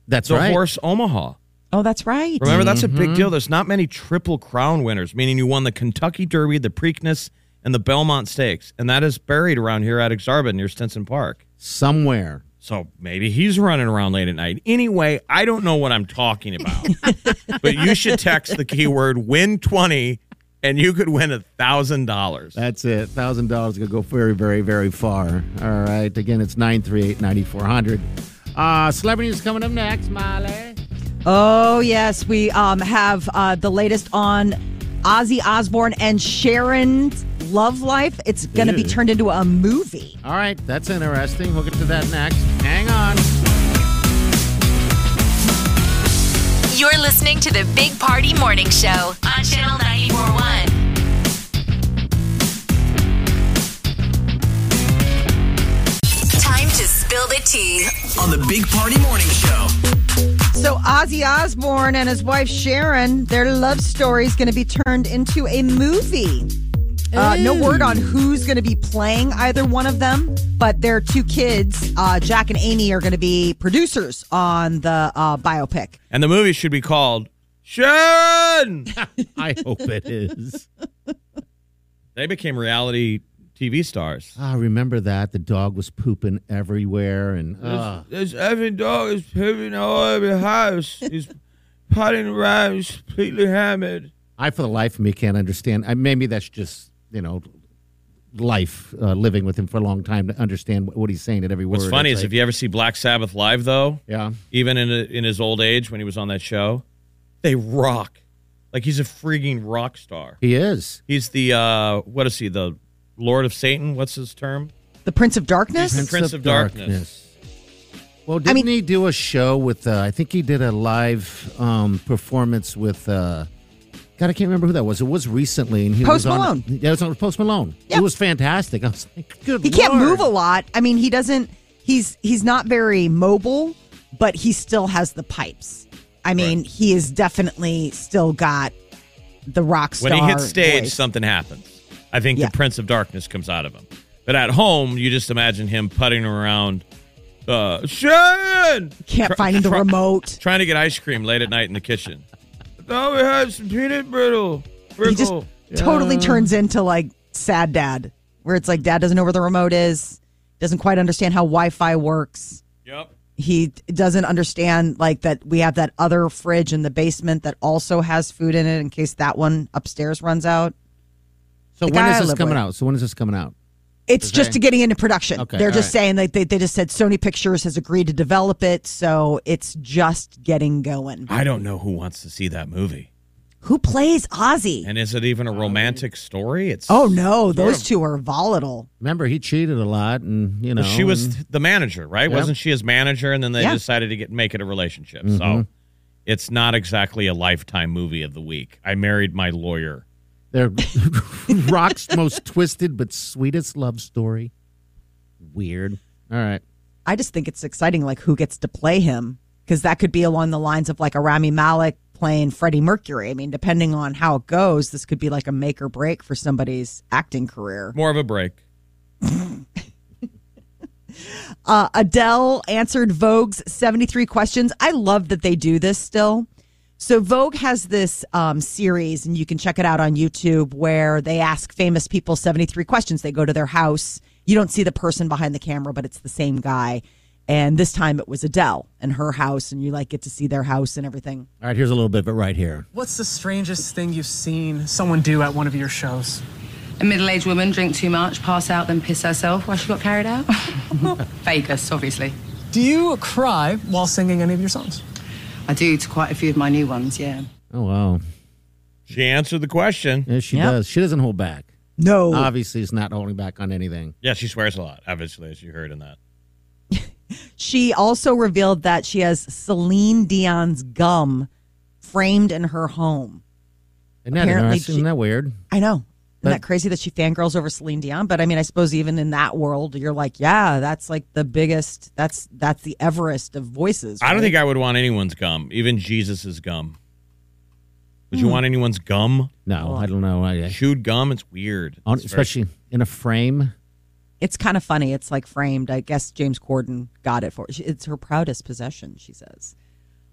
D: That's
F: The
D: right.
F: horse Omaha.
E: Oh, that's right.
F: Remember that's a
D: Mm-hmm.
F: big deal. There's not many triple crown winners, meaning you won the Kentucky Derby, the Preakness, and the Belmont Stakes, and that is buried around here at Exarban near Stinson Park.
D: Somewhere.
F: So maybe he's running around late at night. Anyway, I don't know what I'm talking about. but you should text the keyword win 20 and you could win a $1,000.
D: That's it. Thousand dollars gonna go very, very, very far. All right. Again, it's nine three eight ninety four hundred. Uh celebrities coming up next, Molly.
E: Oh, yes. We um, have uh, the latest on Ozzy Osbourne and Sharon's love life. It's going to be
D: Ew.
E: turned into a movie.
D: All right, that's interesting. We'll get to that next. Hang on.
C: You're listening to the Big Party Morning Show on Channel 941. Time to spill the tea.
I: On the Big Party Morning Show.
E: So Ozzy Osbourne and his wife Sharon, their love story is going to be turned into a movie. Uh, no word on who's going to be playing either one of them, but their two kids, uh, Jack and Amy, are going to be producers on the uh, biopic.
F: And the movie should be called Sharon.
D: I hope it is.
F: they became reality TV stars.
D: Ah, remember that the dog was pooping everywhere, and uh,
F: This Evan dog is pivoting all over the house. He's potting around. He's completely hammered.
D: I, for the life of me, can't understand. I, maybe that's just you know life uh, living with him for a long time to understand what, what he's saying at every word.
F: What's funny
D: It's
F: is if
D: like-
F: you ever see Black Sabbath live, though,
D: yeah.
F: even in in his old age when he was on that show, they rock. Like he's a freaking rock star.
D: He is.
F: He's the uh, what is he? The Lord of Satan? What's his term?
E: The Prince of Darkness?
F: Prince of Darkness.
D: Well, didn't
E: mean-
D: he do a show with? Uh, I think he did a live um, performance with. Uh, God, I can't remember who that was. It was recently, and he was
E: Post
D: on.
E: Malone.
D: Yeah, it was on Post Malone.
E: Yeah.
D: It was fantastic. I was like, good.
E: He can't
D: Lord.
E: move a lot. I mean, he doesn't. He's he's not very mobile, but he still has the pipes. I mean, he is definitely still got the rock star.
F: When he hits stage,
E: voice.
F: something happens. I think
E: Yeah.
F: the Prince of Darkness comes out of him. But at home, you just imagine him putting around, uh, Sharon,
E: can't
F: Try-
E: find the
F: try-
E: remote.
F: trying to get ice cream late at night in the kitchen. Now we have some peanut brittle.
E: He just totally turns into like sad dad, where it's like dad doesn't know where the remote is, doesn't quite understand how Wi-Fi works.
F: Yep.
E: He doesn't understand like that we have that other fridge in the basement that also has food in it in case that one upstairs runs out.
D: So
E: The
D: when
E: guy I
D: is this
E: live
D: coming
E: with.
D: out? So when is this coming out?
E: It's just to getting into production.
D: Okay,
E: They're
D: all
E: just
D: right.
E: saying like they, they just said Sony Pictures has agreed to develop it, so it's just getting going.
F: I don't know who wants to see that movie.
E: Who plays Ozzy?
F: And is it even a romantic story? It's
E: Oh no, those
F: of.
E: two are volatile.
D: Remember, he cheated a lot, and you know
F: she was
D: and-
F: th- the manager, right?
D: Yep.
F: Wasn't she his manager? And then they
E: Yeah. Mm-hmm.
F: decided to get make it a relationship. So it's not exactly a lifetime movie of the week. I married my lawyer.
D: they're rock's most twisted but sweetest love story. Weird. All right.
E: I just think it's exciting, like who gets to play him, because that could be along the lines of like a Rami Malik playing Freddie Mercury. I mean, depending on how it goes, this could be like a make or break for somebody's acting career.
F: More of a break.
E: Uh, Adele answered Vogue's 73 questions. I love that they do this still. So Vogue has this um, series, and you can check it out on YouTube, where they ask famous people 73 questions. They go to their house you don't see the person behind the camera, but it's the same guy. And this time it was Adele and her house, and you like get to see their house and everything.
D: All right, here's a little bit of it right here.
J: What's the strangest thing you've seen someone do at one of your shows?
K: A middle aged woman drink too much, pass out, then piss herself while she got carried out. Vegas, obviously.
J: Do you cry while singing any of your songs?
K: I do to quite a few of my new ones, yeah.
D: Oh wow.
F: She answered the question.
D: Yeah, she
F: Yep.
D: does. She doesn't hold back.
E: No.
D: Obviously, it's not holding back on anything.
F: Yeah, she swears a lot, obviously, as you heard in that.
E: She also revealed that she has Celine Dion's gum framed in her home.
D: Isn't that,
E: Apparently
D: interesting?
E: she-
D: Isn't that weird?
E: I know.
D: But-
E: Isn't that crazy that she fangirls over Celine Dion? But I mean, I suppose even in that world, you're like, yeah, that's like the biggest. That's that's the Everest of voices.
F: I don't
E: right?
F: think I would want anyone's gum, even Jesus's gum. Would you
E: Hmm.
F: want anyone's gum?
D: No, I don't know. I,
F: Chewed gum, it's weird.
D: On-
F: It's very-
D: especially in a frame.
E: it's kind of funny. It's like framed. I guess James Corden got it for. It's her proudest possession, she says.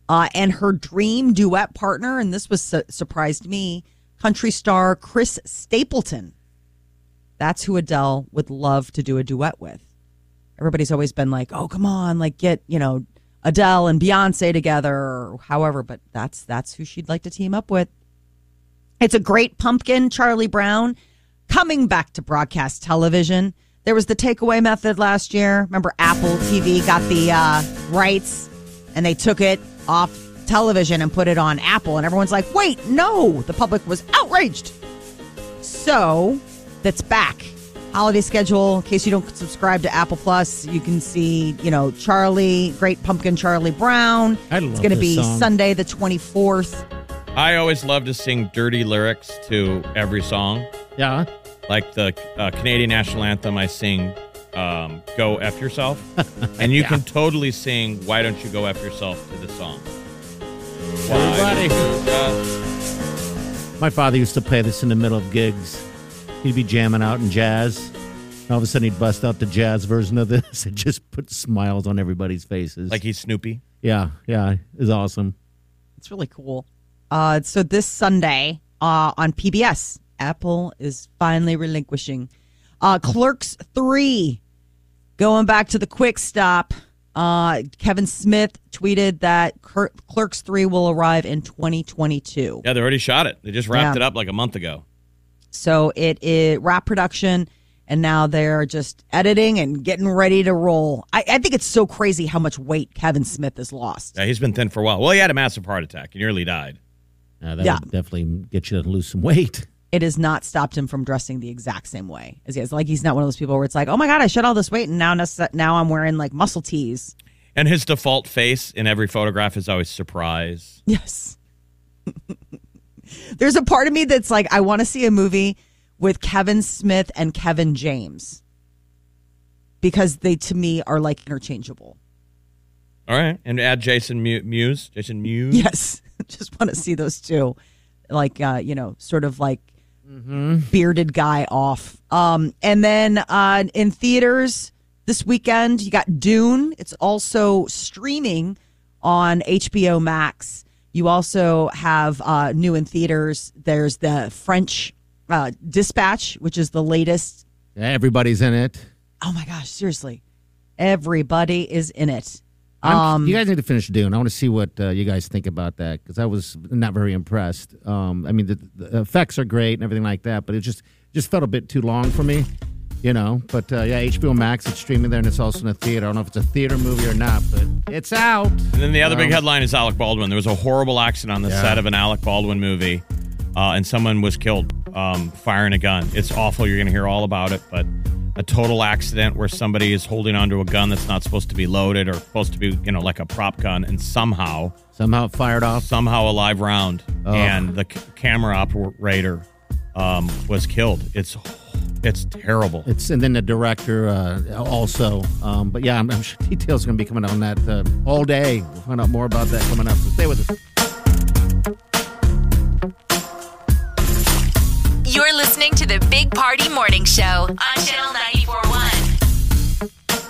E: Uh, and her dream duet partner, and this was su- surprised me, country star Chris Stapleton. That's who Adele would love to do a duet with. Everybody's always been like, "Oh, come on, like get you know Adele and Beyonce together, or however." But that's that's who she'd like to team up with. It's a great pumpkin, Charlie Brown, coming back to broadcast television. There was the takeaway method last year. Remember, Apple TV got the uh, rights and they took it off television and put it on Apple. And everyone's like, wait, no. The public was outraged. So that's back. Holiday schedule. In case you don't subscribe to Apple Plus, you can see, you know, Charlie, Great Pumpkin Charlie Brown.
F: I love
E: it's going to
F: this
E: be
F: song.
E: Sunday, the 24th.
F: I always love to sing dirty lyrics to every song.
D: Yeah.
F: Like the uh, Canadian national anthem, I sing um, Go F Yourself. and you can totally sing Why Don't You Go F Yourself to this song. Why don't you go-
D: My father used to play this in the middle of gigs. He'd be jamming out in jazz. And all of a sudden, he'd bust out the jazz version of this. It just put smiles on everybody's faces.
F: Like he's Snoopy.
D: Yeah, yeah, it's awesome.
E: It's really cool. Uh, so this Sunday uh, on PBS, Apple is finally relinquishing uh, Clerks Three. Going back to the quick stop, uh, Kevin Smith tweeted that Cur- Clerks Three will arrive in 2022.
F: Yeah, they already shot it. They just wrapped it
E: Yeah.
F: up like a month ago.
E: So it is rap production, and now they're just editing and getting ready to roll. I, I think it's so crazy how much weight Kevin Smith has lost.
F: Yeah, he's been thin for a while. Well, he had a massive heart attack and nearly died.
D: Yeah, that
E: Yeah.
D: would definitely get you to lose some weight.
E: it has not stopped him from dressing the exact same way as he is. Like he's not one of those people where it's like, oh my god, I shed all this weight and now nece- now I'm wearing like muscle tees.
F: And his default face in every photograph is always surprise.
E: Yes. There's a part of me that's like, I want to see a movie with Kevin Smith and Kevin James because they to me are like interchangeable.
F: All right. And add Jason Mu- Muse. Jason Muse.
E: Yes, just want to see those two, like uh, you know, sort of like
D: Mm-hmm.
E: bearded guy off. Um, and then uh, in theaters this weekend, you got Dune. It's also streaming on HBO Max. You also have uh, new in theaters. There's the French uh, Dispatch, which is the latest.
D: Yeah, everybody's in it.
E: Oh my gosh, seriously, everybody is in it.
D: I'm- you guys need to finish Dune. I want to see what uh, you guys think about that because I was not very impressed. Um, I mean, the, the effects are great and everything like that, but it just just felt a bit too long for me, you know. But uh, yeah, HBO Max it's streaming there and it's also in a theater. I don't know if it's a theater movie or not, but it's out.
F: And then the other big
D: Um,
F: headline is Alec Baldwin. There was a horrible accident on the
D: Yeah.
F: set of an Alec Baldwin movie, uh, and someone was killed um, firing a gun. It's awful. You're going to hear all about it, but a total accident where somebody is holding onto a gun that's not supposed to be loaded or supposed to be, you know, like a prop gun, and somehow,
D: somehow it fired off,
F: somehow a live round,
D: Oh.
F: and the c- camera operator um, was killed. It's it's terrible.
D: It's and then the director uh, also. Um, but yeah, I'm, I'm sure details are going to be coming out on that uh, all day. We'll find out more about that coming up. So stay with us.
C: You're listening to the Big Party Morning Show on Channel 941.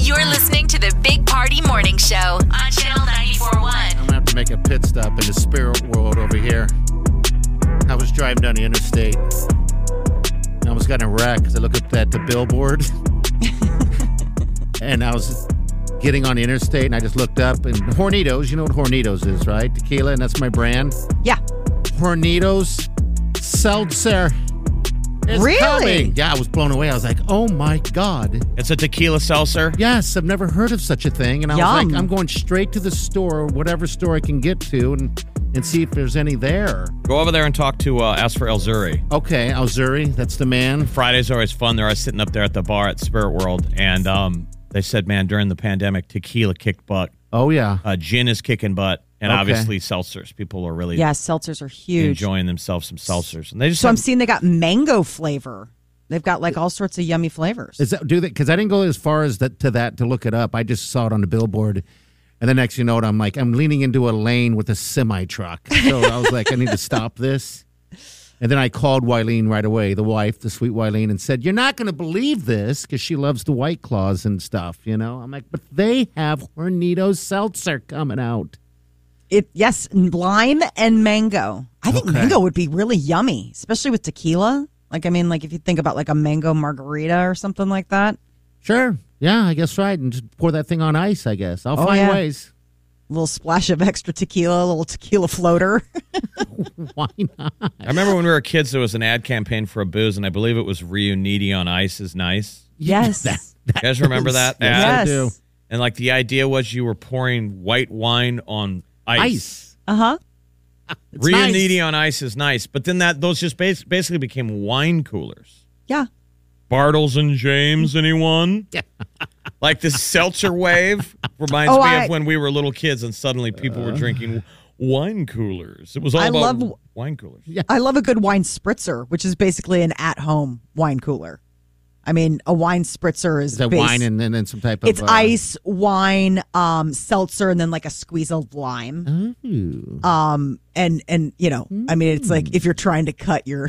C: You're listening to the Big Party Morning Show on Channel 941.
D: I'm gonna have to make a pit stop in the spirit world over here. I was driving down the interstate. I almost got in a wreck because I looked up at the billboard. and I was getting on the interstate and I just looked up and Hornitos, you know what Hornitos is, right? Tequila, and that's my brand.
E: Yeah.
D: Hornitos Seltzer. It's
E: Really?
D: coming. Yeah, I was blown away. I was like, oh my God.
F: It's a tequila seltzer.
D: Yes, I've never heard of such a thing. And I was
E: Yum.
D: like, I'm going straight to the store, whatever store I can get to, and, and see if there's any there.
F: Go over there and talk to uh, Ask for Elzuri.
D: Okay, Alzuri, that's the man.
F: Fridays are always fun. They're always sitting up there at the bar at Spirit World, and um, they said, man, during the pandemic, tequila kicked butt.
D: Oh, yeah.
F: Uh, gin is kicking butt, and
D: Okay.
F: obviously seltzers. People are really
E: Yeah, seltzers are huge.
F: enjoying themselves some seltzers, and they just
E: So I'm
F: have-
E: seeing they got mango flavor. They've got like all sorts of yummy flavors.
D: Is that do that? Because I didn't go as far as that to that to look it up. I just saw it on the billboard, and the next you know it, I'm like I'm leaning into a lane with a semi truck. So I was like, I need to stop this. And then I called Wileen right away, the wife, the sweet Wileen, and said, "You're not going to believe this because she loves the White Claws and stuff, you know." I'm like, "But they have Hornito Seltzer coming out."
E: It yes, lime and mango. I think mango would be really yummy, especially with tequila. Like I mean, like if you think about like a mango margarita or something like that.
D: Sure, yeah, I guess right, and just pour that thing on ice. I guess I'll
E: Oh,
D: find
E: yeah.
D: ways.
E: little splash of extra tequila, a little tequila floater.
D: Why not?
F: I remember when we were kids, there was an ad campaign for a booze, and I believe it was Reuniti on Ice is Nice.
E: Yes.
F: You guys remember that?
D: Yes, I
F: ad?
D: do.
F: And like the idea was you were pouring white wine on ice.
D: Ice.
E: Uh huh.
D: It's nice.
F: Reuniti on Ice is nice, but then that those just bas- basically became wine coolers.
E: Yeah.
F: Bartles and James, anyone?
D: Yeah.
F: like this seltzer wave reminds
E: Oh,
F: me
E: I-
F: of when we were little kids and suddenly people were drinking wine coolers. It was all
E: I
F: about
E: love-
F: wine coolers.
E: I love a good wine spritzer, which is basically an at-home wine cooler. I mean, a wine spritzer is,
D: Is that
E: bas-
D: wine and then and some type of
E: it's
D: uh,
E: ice, wine, um, seltzer, and then like a squeeze of lime.
D: Oh. Ooh.
E: um and and you know i mean it's like if you're
D: Mm.
E: trying to cut your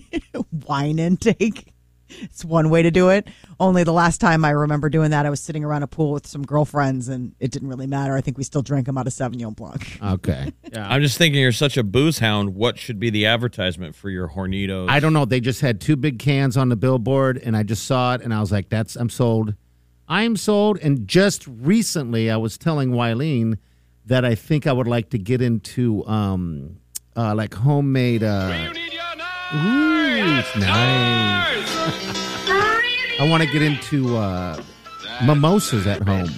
E: wine intake it's one way to do it only the last time i remember doing that i was sitting around a pool with some girlfriends and it didn't really matter i think we still drank them out of sauvignon blanc
D: Okay.
F: I'm just thinking you're such a booze hound. What should be the advertisement for your Hornitos?
D: I don't know. They just had two big cans on the billboard, and I just saw it, and I was like, "That's I'm sold. I'm sold." And just recently, I was telling Wileen that I think I would like to get into um, uh, like homemade. Uh, ooh, it's nice. I want to get into uh, mimosas at home.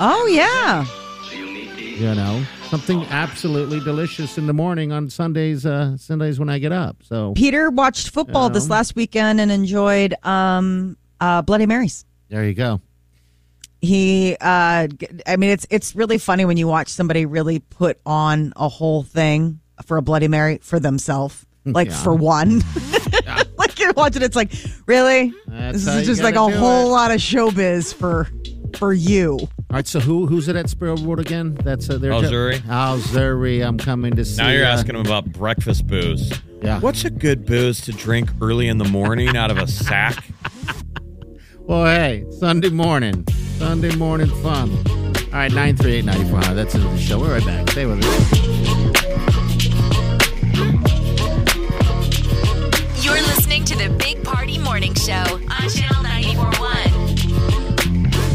E: oh yeah
D: You know, something absolutely delicious in the morning on Sundays. Uh, Sundays when I get up. So
E: peter watched football this
D: Yeah.
E: last weekend and enjoyed um uh bloody marys
D: there you go.
E: he uh g- i mean it's it's really funny when you watch somebody really put on a whole thing for a bloody mary for themselves like
D: Yeah.
E: for one like you're watching it's like really
D: That's
E: this
D: how you
E: is just like a
D: gotta do
E: whole
D: it.
E: lot of showbiz for for you
D: All right, so who who's it at Sparrow Road again? That's uh, their
F: Alzuri.
D: Alzuri, I'm coming to see.
F: now you're
D: uh,
F: asking him about breakfast booze.
D: Yeah.
F: What's a good booze to drink early in the morning out of a sack?
D: Well, hey, Sunday morning, Sunday morning fun. All right, nine three eight ninety five. That's it for the show. We're right back. Stay with us.
C: You're listening to the Big Party Morning Show on Channel 941.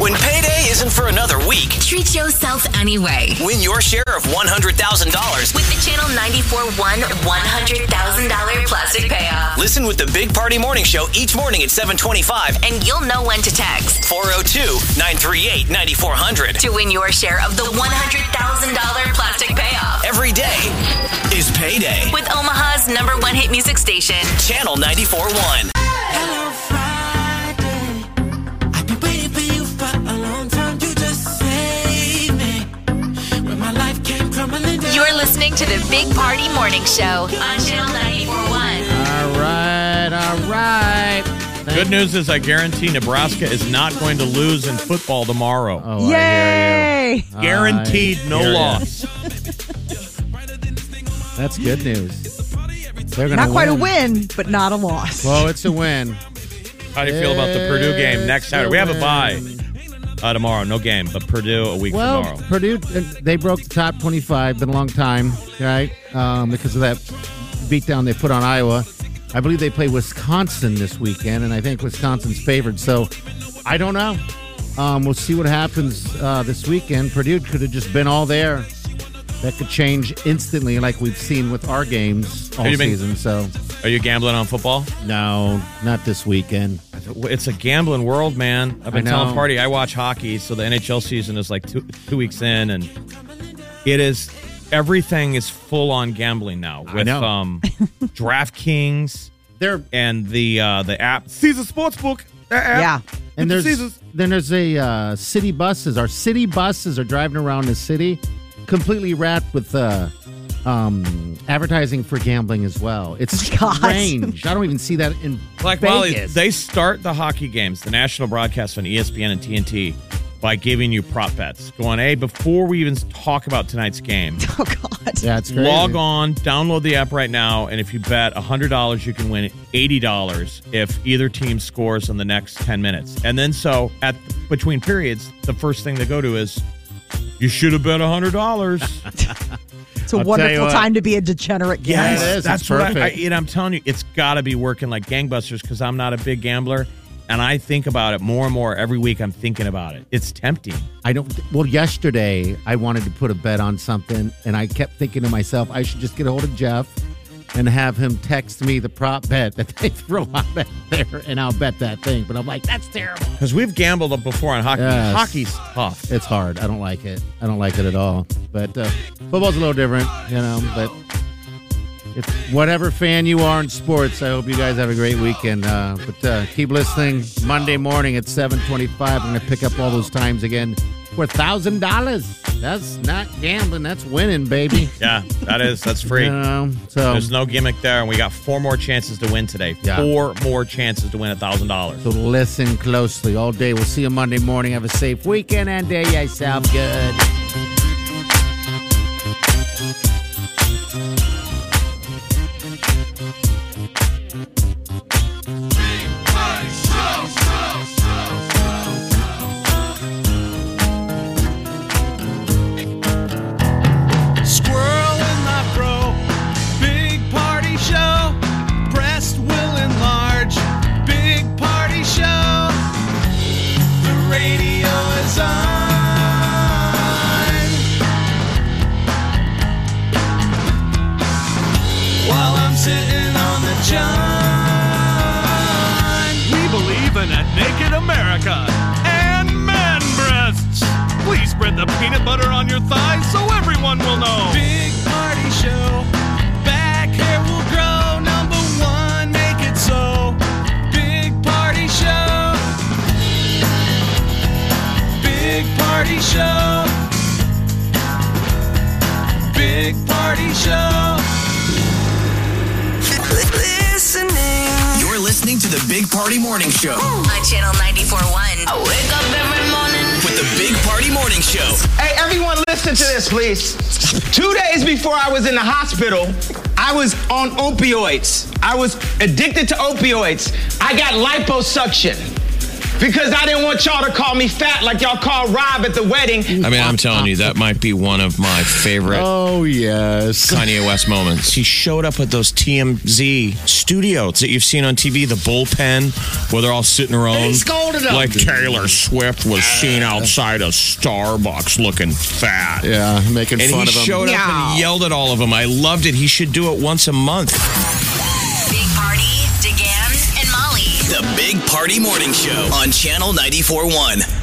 I: When payday isn't for another week,
C: Treat yourself anyway
I: win your share of $100,000.
C: with the Channel 941 $100,000 plastic payoff.
I: Listen with the Big Party Morning Show each morning at 725,
C: And you'll know when to text
I: 402 938 9400.
C: to win your share of the $100,000 plastic payoff
I: Every day is payday.
C: with Omaha's number one hit music station.
I: Channel 94.1.
C: You're listening to the Big Party Morning Show on Channel 941.
D: All right, all right.
F: Good news is I guarantee Nebraska is not going to lose in football tomorrow.
D: Oh, I hear
E: yay
D: you.
F: Guaranteed
D: I
F: no
D: hear ya.
F: loss.
D: That's good news. They're gonna
E: not quite a win but not a loss
D: Well, it's a win.
F: How do you feel about the Purdue game next Saturday? We have a bye. uh, tomorrow. No game, but Purdue a week
D: well,
F: tomorrow.
D: Purdue, uh, they broke the top 25. Been a long time, right? Um, because of that beatdown they put on Iowa. I believe they play Wisconsin this weekend, and I think Wisconsin's favored. So I don't know. Um, we'll see what happens uh, this weekend. Purdue could have just been all there. That could change instantly, like we've seen with our games all
F: Have you been-
D: season. so
F: Are you gambling on football?
D: No, not this weekend.
F: It's a gambling world, man. I've been
D: I
F: telling
D: know.
F: Party I watch hockey, so the NHL season is like two, two weeks in, and it is everything is full on gambling now with
D: know.
F: um DraftKings.
D: They're
F: and the uh the app Caesar Sportsbook. That app.
D: and
F: Get
D: there's
F: the Caesars.
D: then there's a uh, city buses. Our city buses are driving around the city, completely wrapped with uh, um, advertising for gambling as well. It's strange. I don't even see that in
F: Like Molly,
D: Vegas.
F: they start the hockey games, the national broadcast on E ESPN and TNT, by giving you prop bets. Going, hey, before we even talk about tonight's game,
E: oh god,
D: yeah, it's crazy.
F: log on, download the app right now, and if you bet hundred dollars, you can win eighty dollars if either team scores in the next ten minutes. And then so at between periods, the first thing they go to is, you should have bet hundred dollars.
E: It's a
F: I'll tell you
E: wonderful
F: what.
E: time to be a degenerate. Guy.
F: Yes,
D: it is.
F: that's
D: It's
F: what I, I,
D: perfect.
F: and I'm telling you, it's got to be working like gangbusters because I'm not a big gambler, and I think about it more and more every week. I'm thinking about it. It's tempting.
D: I don't. Well, yesterday I wanted to put a bet on something, and I kept thinking to myself, I should just get a hold of Jeff and have him text me the prop bet that they throw out there, and I'll bet that thing. But I'm like, that's terrible.
F: Because we've gambled before on hockey.
D: Yes.
F: Hockey's tough.
D: It's hard. I don't like it. I don't like it at all. But uh, football's a little different, you know. But if whatever fan you are in sports, I hope you guys have a great weekend. Uh, but uh, keep listening. Monday morning at seven twenty-five, I'm going to pick up all those times again for thousand dollars. That's not gambling. That's winning, baby.
F: Yeah, that is. That's free.
D: You know, so
F: There's no gimmick there, and we got four more chances to win today.
D: Yeah.
F: Four more chances to win a thousand dollars.
D: so listen closely all day. We'll see you Monday morning. Have a safe weekend and day yourself good.
A: Squirrel in my bro. Big party show. Breast will enlarge. Big party show. The radio is on. While I'm sitting on the john.
B: We believe in a naked America and man breasts. Please spread the peanut butter on your thighs so everyone will know.
A: Big party show. Back hair will grow. Number one, make it so. Big party show. Big party show. Big party show.
I: You're listening to the Big Party Morning Show
C: On Channel 94.1.
I: Oh.
C: I wake up every morning.
I: with the Big Party Morning Show.
L: Hey, everyone, listen to this, please. Two days before I was in the hospital, I was on opioids. I was addicted to opioids. I got liposuction because I didn't want y'all to call me fat like y'all called Rob at the wedding.
M: I mean, I'm telling you, that might be one of my favorite
D: Oh yes,
M: Kanye West moments. He showed up at those TMZ studios that you've seen on TV, the bullpen, where they're all sitting around.
D: He scolded them.
M: Like Taylor Swift was seen outside a Starbucks looking fat.
D: Yeah, making
M: and
D: fun
M: he
D: of him.
M: showed up and he yelled at all of them. I loved it. He should do it once a month.
C: Big Party, DeGan, and Molly.
I: The Big Party Morning Show on Channel 94.1.